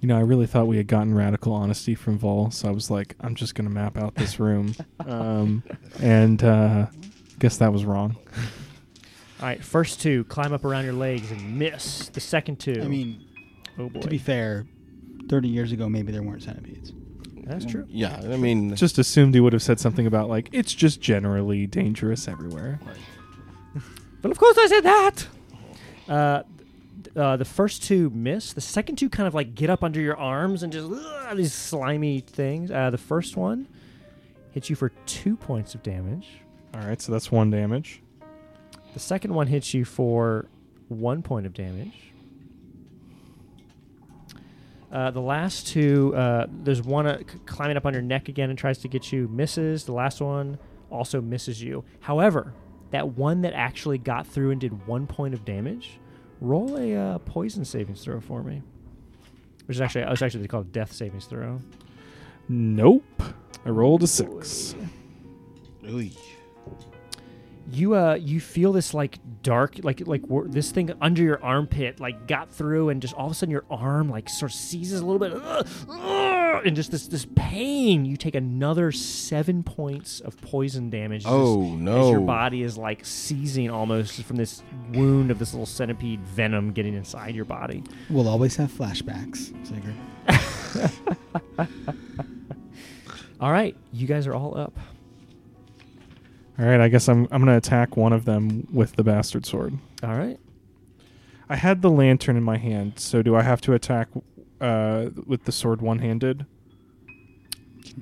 S2: you know, I really thought we had gotten radical honesty from Vol, so I was like, I'm just gonna map out this room, um, and uh, guess that was wrong.
S1: All right, first two climb up around your legs and miss. The second two.
S4: I mean,
S1: oh boy,
S4: to be fair, 30 years ago, maybe there weren't centipedes.
S1: that's true.
S7: yeah, I mean,
S2: Just assumed he would have said something about like it's just generally dangerous everywhere.
S1: But of course I said that. Uh, th- uh, the first two miss. The second two kind of like get up under your arms and just ugh, these slimy things. Uh, the first one hits you for two points of damage.
S2: All right, so that's one damage.
S1: The second one hits you for one point of damage. Uh, the last two, uh, there's one uh, c- climbing up on your neck again and tries to get you, misses. The last one also misses you. However, that one that actually got through and did one point of damage, roll a uh, poison savings throw for me. Which is actually, it's actually called a death savings throw.
S2: Nope, I rolled a six.
S1: you uh you feel this like dark like like wor- this thing under your armpit like got through and just all of a sudden your arm like sort of seizes a little bit Ugh! Ugh! and just this this pain you take another seven points of poison damage as-
S7: Oh,
S1: as
S7: no.
S1: your body is like seizing almost from this wound of this little centipede venom getting inside your body
S4: We'll always have flashbacks, Sigurd.
S1: all right you guys are all up
S2: All right, I guess I'm I'm gonna attack one of them with the bastard sword.
S1: all right
S2: I I had the lantern in my hand, so do I have to attack uh, with the sword one handed?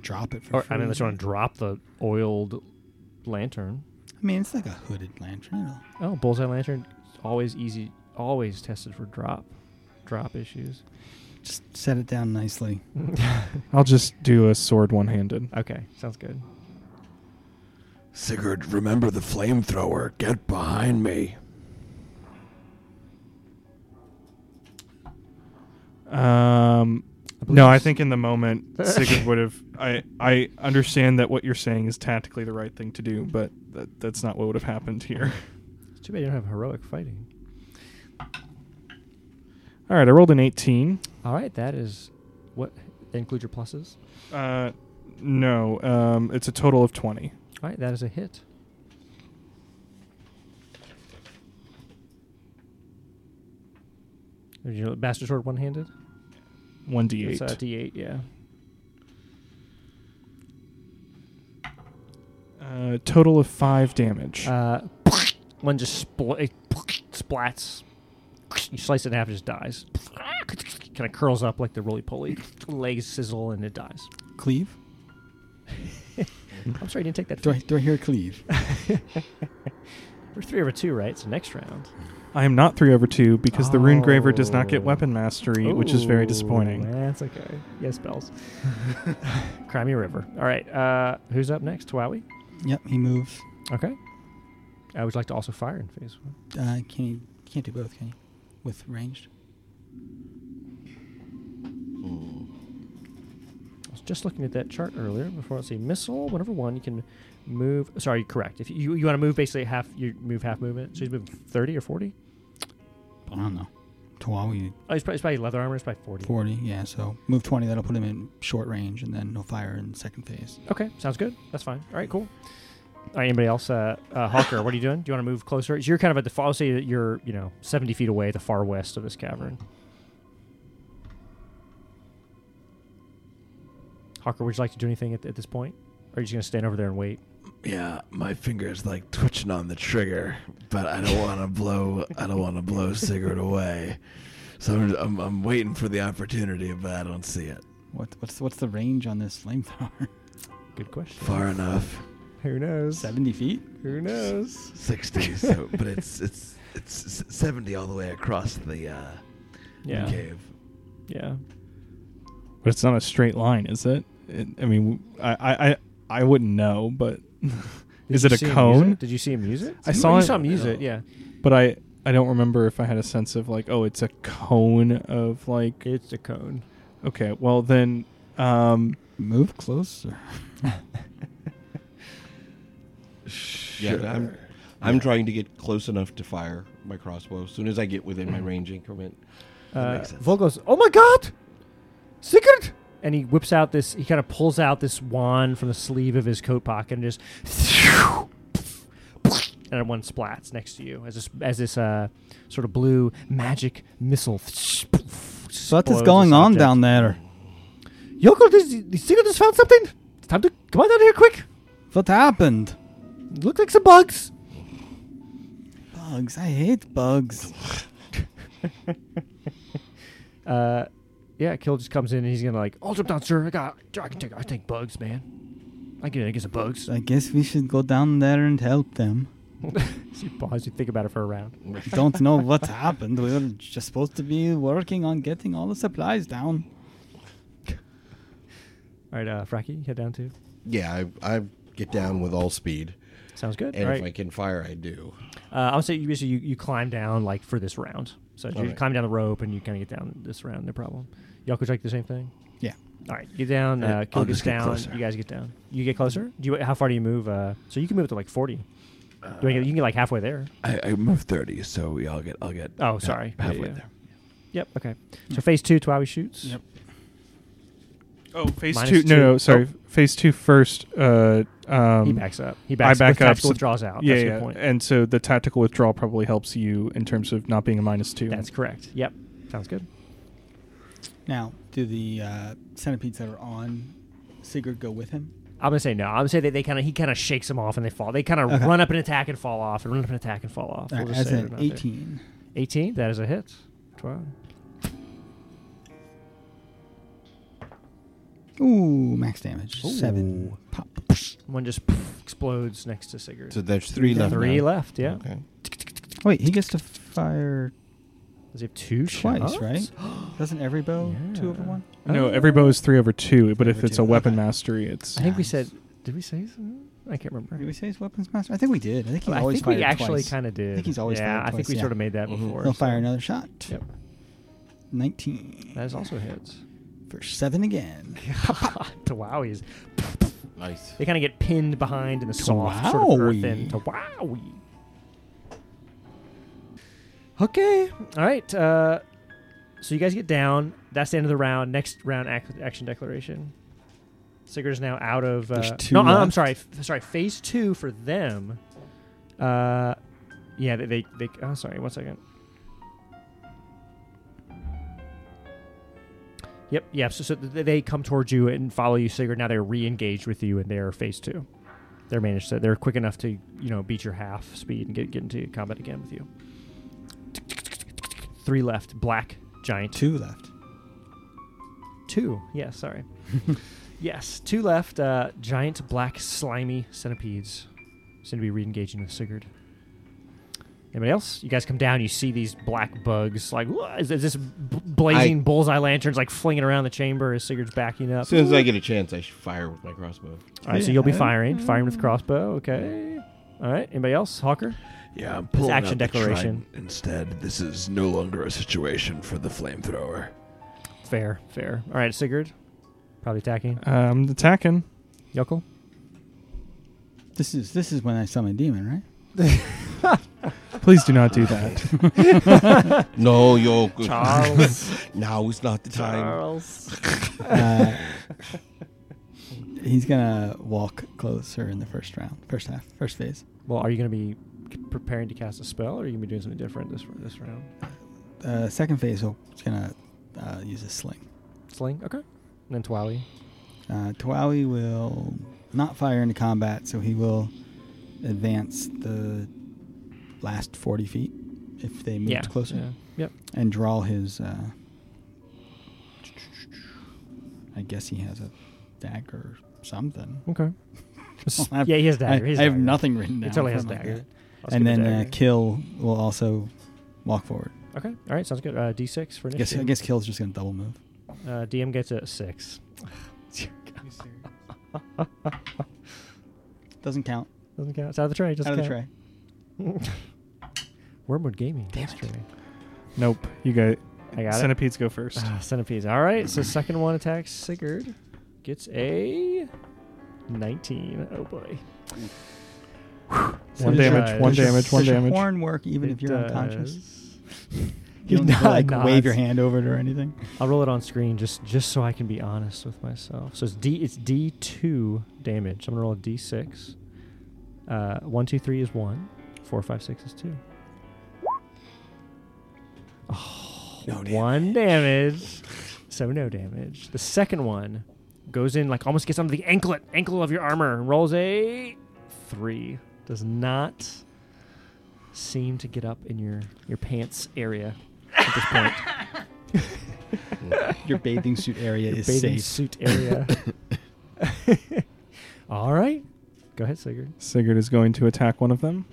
S4: Drop it for
S1: Or,
S4: free.
S1: I mean, unless you want to drop the oiled lantern.
S4: I mean, it's like a hooded lantern. It'll-
S1: Oh, bullseye lantern, always easy, always tested for drop, drop issues.
S4: Just set it down nicely.
S2: I'll just do a sword one handed.
S1: Okay, sounds good.
S6: Sigurd, remember the flamethrower. Get behind me.
S2: Um,
S1: believe
S2: no, I
S1: it's-
S2: think in the moment Sigurd would have. I I understand that what you're saying is tactically the right thing to do, but that, that's not what would have happened here.
S1: It's too bad you don't have heroic fighting.
S2: All right, I rolled an 18.
S1: All right, that is what that includes your pluses.
S2: Uh, no, um, it's a total of 20.
S1: All right, that is a hit. Did you know bastard sword one handed?
S2: One
S1: It's a D8,
S2: d8.
S1: yeah.
S2: Uh, total of five damage.
S1: Uh, one just spl- it splats. You slice it in half, it just dies. Kind of curls up like the roly poly. Legs sizzle and it dies.
S4: Cleave?
S1: I'm sorry, I didn't take that.
S4: Do I, do I hear cleave?
S1: We're three over two, right? So next round.
S2: I am not three over two because the rune graver does not
S1: Oh.
S2: get weapon mastery, which is very
S1: Ooh,
S2: disappointing.
S1: That's okay. Yes, bells. Crimey River. All right. Uh, who's up next? Twawi.
S4: yep, he moves.
S1: Okay. I would like to also fire in phase one.
S4: Uh, can he, can't do both, can he? With ranged?
S1: I was just looking at that chart earlier before. Let's see, missile. Whenever one, you can move. Sorry, correct. If you you want to move, basically half you move half movement. So he's moving thirty or forty.
S4: I don't know. Tawawi,
S1: Oh, he's probably, he's probably leather armor. It's probably forty.
S4: 40, yeah, so move 20, that'll put him in short range, and then he'll fire in second phase.
S1: Okay, sounds good. That's fine. All right, cool. All right, anybody else? Uh, uh, Hawker, what are you doing? Do you want to move closer? So you're kind of at the far. I'll say that you're you know seventy feet away, the far west of this cavern. Hawker, would you like to do anything at, at this point? Or are you just gonna stand over there and wait?
S6: Yeah, my finger's like twitching on the trigger, but I don't want to blow. I don't want to blow Sigurd away. So I'm, I'm, I'm waiting for the opportunity, but I don't see it
S4: What, what's, what's the range on this flamethrower?
S1: Good question.
S6: far enough.
S1: Who knows?
S4: 70 feet?
S1: Who knows?
S6: Sixty, so, but it's it's it's seventy all the way across the uh,
S1: Yeah.
S6: cave.
S1: Yeah.
S2: But it's not a straight line, is it? it I mean, I, I, I, I wouldn't know, but is
S1: Did
S2: it a
S1: you see him
S2: cone?
S1: use it? Did you see him use it?
S2: I saw
S1: you
S2: it-
S1: saw him use it. Yeah.
S2: But I, I don't remember if I had a sense of like, oh, it's a cone of like.
S1: It's a cone.
S2: Okay, well then, um,
S4: Move closer.
S3: Yeah, I'm, I'm trying to get close enough to fire my crossbow as soon as I get within
S7: Mm-hmm.
S3: my range increment.
S1: Uh,
S6: makes sense.
S1: Vol goes, "Oh my god, Sigurd!" And he whips out this. He kind of pulls out this wand from the sleeve of his coat pocket and just, and then one splats next to you as this as this uh, sort of blue magic missile.
S5: What
S1: What
S5: is going on down there?
S1: Yoko, this, Sigurd has found something. It's time to come on down here quick.
S5: What happened?
S1: Look like some bugs.
S5: Bugs. I hate bugs.
S1: Uh, yeah, Kill just comes in and he's gonna like, I'll jump down, sir. I got, I can take, I take bugs, man. I can, I get some bugs.
S5: I guess we should go down there and help them.
S1: So you pause, you think about it for a round.
S5: We don't know what happened. We were just supposed to be working on getting all the supplies down.
S1: All right, uh, Fracky, head down too.
S7: Yeah, I, I get down with all speed,
S1: Sounds good.
S7: and
S1: All
S7: if I
S1: right,
S7: can fire, I do.
S1: uh, I'll say you basically you, you climb down like for this round. So you
S7: Alright.
S1: climb down the rope and you kind of get down this round, no problem. Y'all could like the same thing.
S4: Yeah.
S1: All right, get down.
S6: Yeah,
S1: Uh, Kill
S6: I'll
S1: gets
S6: just get
S1: down.
S6: closer.
S1: You guys get down. You get closer. Do you? How far do you move? Uh, so you can move up to like forty. You wanna get- you can get like halfway there.
S6: I, I moved thirty, so we all get I'll get.
S1: Oh, sorry. Yeah,
S6: halfway
S1: yeah.
S6: there.
S1: Yep. Okay. So phase two, Twawi shoots.
S4: Yep.
S2: oh, phase
S1: Minus
S2: two,
S1: two.
S2: No, no, sorry, phase two first. Uh, um,
S1: He backs up. He backs
S2: I back
S1: the
S2: up,
S1: Tactical
S2: so-
S1: withdraws out.
S2: Yeah,
S1: That's a
S2: yeah,
S1: good point.
S2: and so the tactical withdrawal probably helps you in terms of not being a minus two.
S1: That's correct. Yep. Sounds good.
S4: Now, do the uh, centipedes that are on Sigurd go with him?
S1: I'm gonna say no. I'm gonna say that they kind of he kind of shakes them off and they fall. They kind of
S4: Okay.
S1: run up and attack and fall off and run up and attack and fall off.
S4: All
S1: We'll
S4: right,
S1: just
S4: as
S1: say they're
S4: an
S1: not there.
S4: 18.
S1: 18. That is a hit. Try.
S5: Ooh, max damage. Seven. Pop.
S1: One just poof, explodes next to Sigurd.
S3: So there's three left.
S1: Three
S3: now.
S1: left. Yeah.
S3: Okay.
S5: Wait, he gets to fire
S1: Does he have two
S5: twice,
S1: shots?
S5: right? Doesn't every bow two over
S1: Yeah.
S5: one?
S2: No, every bow is three over two, but if
S5: Over
S2: it's
S5: two,
S2: a weapon
S5: okay.
S2: mastery, it's.
S1: I think we said. Did we say? Something? I can't remember.
S5: Oh, Did we say he's weapons master? I think we did. I think he
S1: I
S5: always
S1: think we
S5: fired
S1: actually
S5: twice.
S1: kind of did.
S5: think he's always
S1: Yeah,
S5: fired
S1: I think
S5: twice,
S1: we
S5: yeah.
S1: sort of made that before.
S5: He'll
S1: so-
S5: fire another shot.
S1: Yep.
S5: Nineteen
S1: That is also hits.
S5: for seven again.
S1: to wowies.
S3: Nice.
S1: They kind of get pinned behind in the soft sort of earth and to wowie. Okay. All right. Uh, so you guys get down. That's the end of the round. Next round ac- action declaration. Sigurd's now out of. Uh,
S5: There's two
S1: no, I- I'm
S5: left.
S1: sorry. F- sorry. Phase two for them. Uh, yeah. They. They. they oh, sorry. One second. Yep. Yeah. So, so th- they come towards you and follow you, Sigurd. Now they're re-engaged with you, and they are phase two. They're managed. To, they're quick enough to you know beat your half speed and get get into combat again with you. Three left. Black giant.
S5: Two left.
S1: Two. Yeah. Sorry. yes. Two left. Uh, giant black slimy centipedes seem to be re-engaging with Sigurd. Anybody else? You guys come down. You see these black bugs. Like, "Whoa," is is this b- blazing bullseye lanterns like flinging around the chamber as Sigurd's backing up?
S3: As soon as I get a chance, I should fire with my crossbow.
S1: All right, so you'll be firing, firing with crossbow. Okay. All right. Anybody else? Hawker.
S6: Yeah, I'm pulling
S1: action
S6: out the
S1: declaration.
S6: trident Instead, this is no longer a situation for the flamethrower.
S1: Fair, fair. All right, Sigurd. Probably attacking.
S2: Um, attacking.
S1: Yokel.
S5: This is this is when I summon demon, right?
S2: Please do not do that.
S3: No, yo, good.
S1: Charles.
S3: now is not the time.
S1: Charles.
S5: Uh, he's gonna walk closer in the first round, first half, first phase.
S1: Well, are you going to be c- preparing to cast a spell, or are you going to be doing something different this this round?
S5: Uh, second phase, he'll- he's gonna uh, use a sling.
S1: Sling. Okay. And then Twally.
S5: Uh, Tawawi will not fire into combat, so he will advance the last 40 feet if they moved
S1: Yeah,
S5: closer
S1: yeah. Yep.
S5: and draw his. Uh, I guess he has a dagger or something.
S1: Okay.
S5: I have-
S1: yeah, he has
S5: I,
S1: dagger. He has
S5: I have
S1: dagger.
S5: nothing written down.
S1: He totally
S5: for
S1: has
S5: him like
S1: dagger.
S5: that.
S1: Let's
S5: And
S1: give him
S5: then uh,
S1: dagger.
S5: kill will also walk forward.
S1: okay. All right. Sounds good. Uh, D6 for
S5: I guess,
S1: initiative.
S5: I guess kill's just going to double move.
S1: Uh, DM gets a six.
S5: Doesn't count.
S1: Doesn't count. It's out of the tray. Doesn't
S5: Out of the
S1: count.
S5: tray.
S1: Wormwood Gaming.
S5: Damn
S1: That's
S5: it.
S1: tray.
S2: Nope. You got.
S1: I got it.
S2: Centipedes go first.
S1: Ah, centipedes. All right. So second one attacks Sigurd. Gets a 19. Oh boy.
S5: So
S2: One
S5: does your-
S2: damage, one
S5: does your-
S2: damage, one
S5: does your
S2: damage.
S5: horn work even if
S1: It
S5: you're unconscious?
S1: does.
S5: You don't
S1: He
S5: need to, like
S1: nods.
S5: wave your hand over it or anything.
S1: I'll roll it on screen just just so I can be honest with myself. So it's D it's D two damage. I'm gonna roll a D six. Uh, one, two, three is one. Four, five, six is two. Oh, one damage. So no damage. The second one goes in like almost gets under the anklet ankle of your armor and rolls a three. Does not seem to get up in your your pants area at this point.
S5: Your bathing suit area is
S1: bathing
S5: safe.
S1: suit area. All right. Go ahead, Sigurd.
S2: Sigurd is going to attack one of them.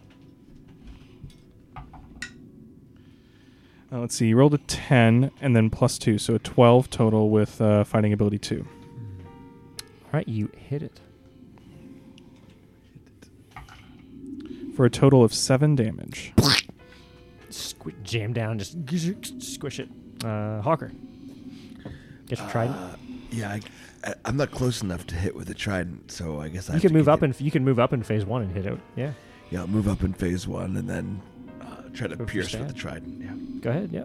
S2: Uh, let's see. He rolled a 10 and then plus 2, so a 12 total with uh, fighting ability 2.
S1: All right, you hit it.
S2: For a total of 7 damage.
S1: Squi- jam down, just squish it. Uh, Hawker. Get your trident.
S6: Uh, yeah, I, I, I'm not close enough to hit with the trident, so I guess
S1: You
S6: I have
S1: can
S6: to
S1: move up
S6: continue-
S1: and you can move up in phase one and hit it. Yeah.
S6: Yeah, I'll move up in phase one and then uh, try to
S1: Go for
S6: pierce with
S1: stab.
S6: the trident. Yeah.
S1: Go ahead. Yeah.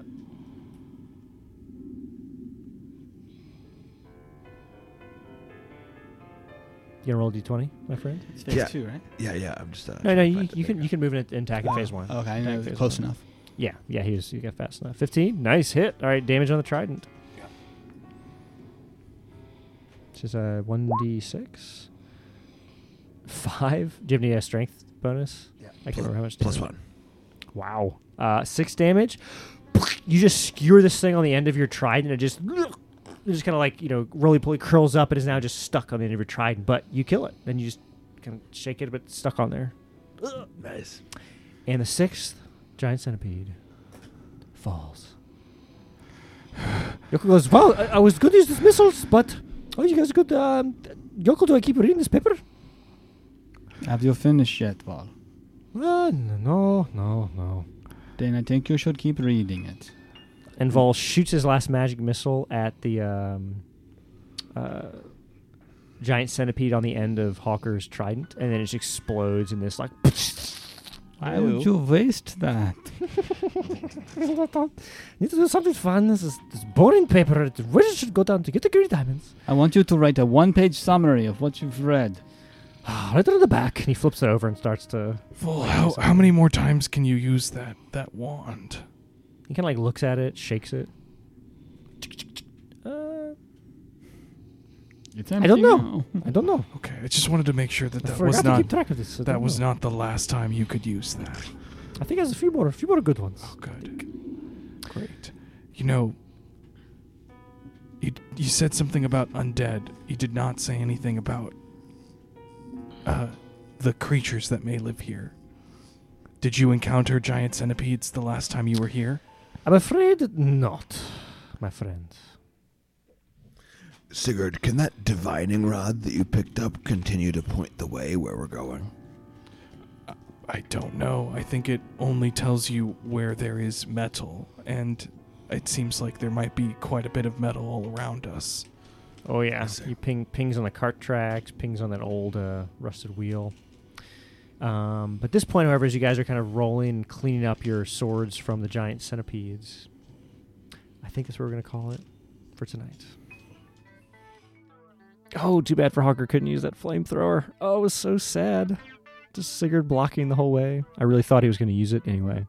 S1: You gonna roll d d20, my friend?
S5: It's phase
S6: Yeah.
S5: two, right?
S6: yeah, yeah, I'm just. Uh,
S1: No, no,
S6: trying to
S1: you,
S6: find the
S1: you can
S6: thing.
S1: you can move in and attack in phase one.
S5: Okay, I know
S1: Attack phase
S5: close
S1: one.
S5: enough.
S1: Yeah, yeah, he was. You got fast enough. Fifteen, nice hit. All right, damage on the trident. Which is a one d six. Five. Do you have any uh, strength bonus?
S6: Yeah.
S1: I can't
S6: Plus-
S1: remember how much.
S6: plus
S1: damage.
S6: one.
S1: Wow. Uh, six damage. You just skewer this thing on the end of your trident, and it just it just kind of like you know roly poly curls up and is now just stuck on the end of your trident. But you kill it, and you just kind of shake it, but it's stuck on there.
S6: Nice.
S1: And the sixth giant centipede falls. Yoko goes, Wow, I, I was good to use these missiles, but. Oh, you guys are good. Um, Yoko, do I keep reading this paper?
S4: Have you finished yet, Val?
S1: Uh, n- no, no, no.
S4: Then I think you should keep reading it.
S1: And Vol shoots his last magic missile at the um, uh, giant centipede on the end of Hawker's trident, and then it just explodes in this like.
S5: Why would you waste that?
S1: Need to do something fun. This is this boring paper. The wizard should go down to get the green diamonds.
S4: I want you to write a one-page summary of what you've read.
S1: Ah, right on the back, and he flips it over and starts to.
S2: Full. How how many more times can you use that that wand?
S1: He kind of like looks at it, shakes it. Uh,
S4: It's
S1: I don't
S4: empty
S1: know.
S4: now.
S1: I don't know.
S2: Okay, I just wanted to make sure that
S1: I
S2: that
S1: forgot
S2: was
S1: to keep
S2: not
S1: track of this. I
S2: that
S1: don't
S2: was
S1: know.
S2: not the last time you could use that.
S1: I think there's a few more, a few more good ones.
S2: Oh, good. Great. You know, you, you said something about undead. You did not say anything about uh, the creatures that may live here. Did you encounter giant centipedes the last time you were here?
S1: I'm afraid not, my friend.
S6: Sigurd, can that divining rod that you picked up continue to point the way where we're going?
S2: I don't know. I think it only tells you where there is metal, and it seems like there might be quite a bit of metal all around us.
S1: Oh yeah,
S2: Yes, sir.
S1: you ping pings on the cart tracks, pings on that old uh, rusted wheel. Um, but this point, however, is you guys are kind of rolling, cleaning up your swords from the giant centipedes. I think that's what we're gonna call it for tonight. Oh, too bad for Hawker couldn't use that flamethrower. Oh, it was so sad. Just Sigurd blocking the whole way. I really thought he was gonna use it anyway.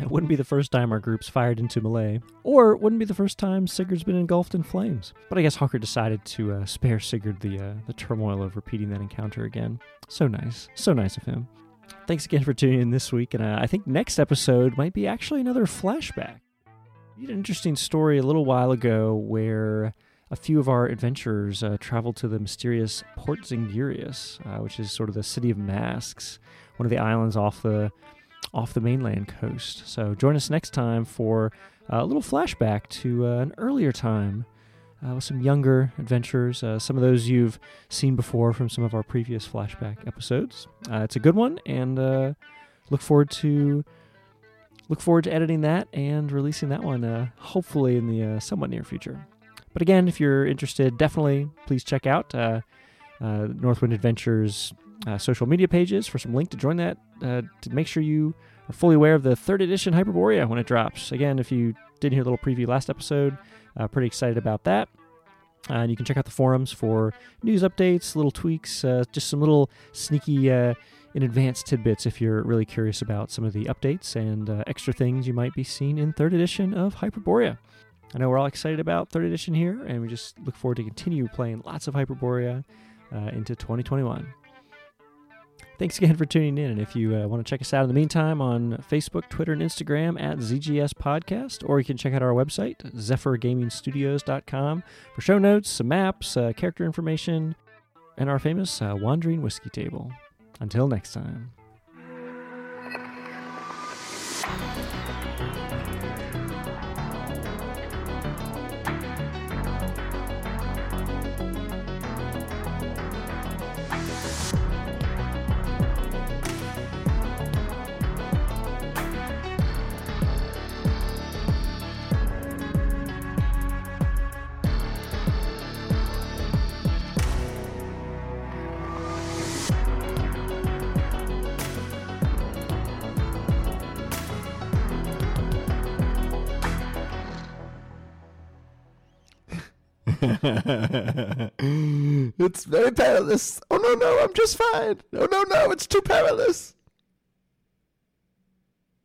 S1: It wouldn't be the first time our groups fired into Malay, or it wouldn't be the first time Sigurd's been engulfed in flames. But I guess Hawker decided to uh, spare Sigurd the uh, the turmoil of repeating that encounter again. So nice, so nice of him. Thanks again for tuning in this week, and uh, I think next episode might be actually another flashback. We had an interesting story a little while ago where a few of our adventurers uh, traveled to the mysterious Port Zingirius, uh, which is sort of the city of masks, one of the islands off the off the mainland coast. So join us next time for a little flashback to uh, an earlier time uh, with some younger adventures. Uh, some of those you've seen before from some of our previous flashback episodes. Uh, it's a good one, and uh, look forward to look forward to editing that and releasing that one uh, hopefully in the uh, somewhat near future. But again, if you're interested, definitely please check out uh, uh, Northwind Adventures. Uh, social media pages for some link to join that uh, to make sure you are fully aware of the third edition Hyperborea when it drops. Again, if you did hear a little preview last episode. Uh, pretty excited about that. Uh, and you can check out the forums for news updates, little tweaks, uh, just some little sneaky uh, in advance tidbits if you're really curious about some of the updates and uh, extra things you might be seeing in third edition of Hyperborea. I know we're all excited about third edition here, and we just look forward to continue playing lots of Hyperborea uh, into 2021. Thanks again for tuning in. And if you uh, want to check us out in the meantime on Facebook, Twitter, and Instagram at ZGS Podcast, or you can check out our website, zephyrgamingstudios.com, for show notes, some maps, uh, character information, and our famous uh, Wandering Whiskey Table. Until next time.
S6: it's very perilous. Oh no, no, I'm just fine. Oh no, no, it's too perilous.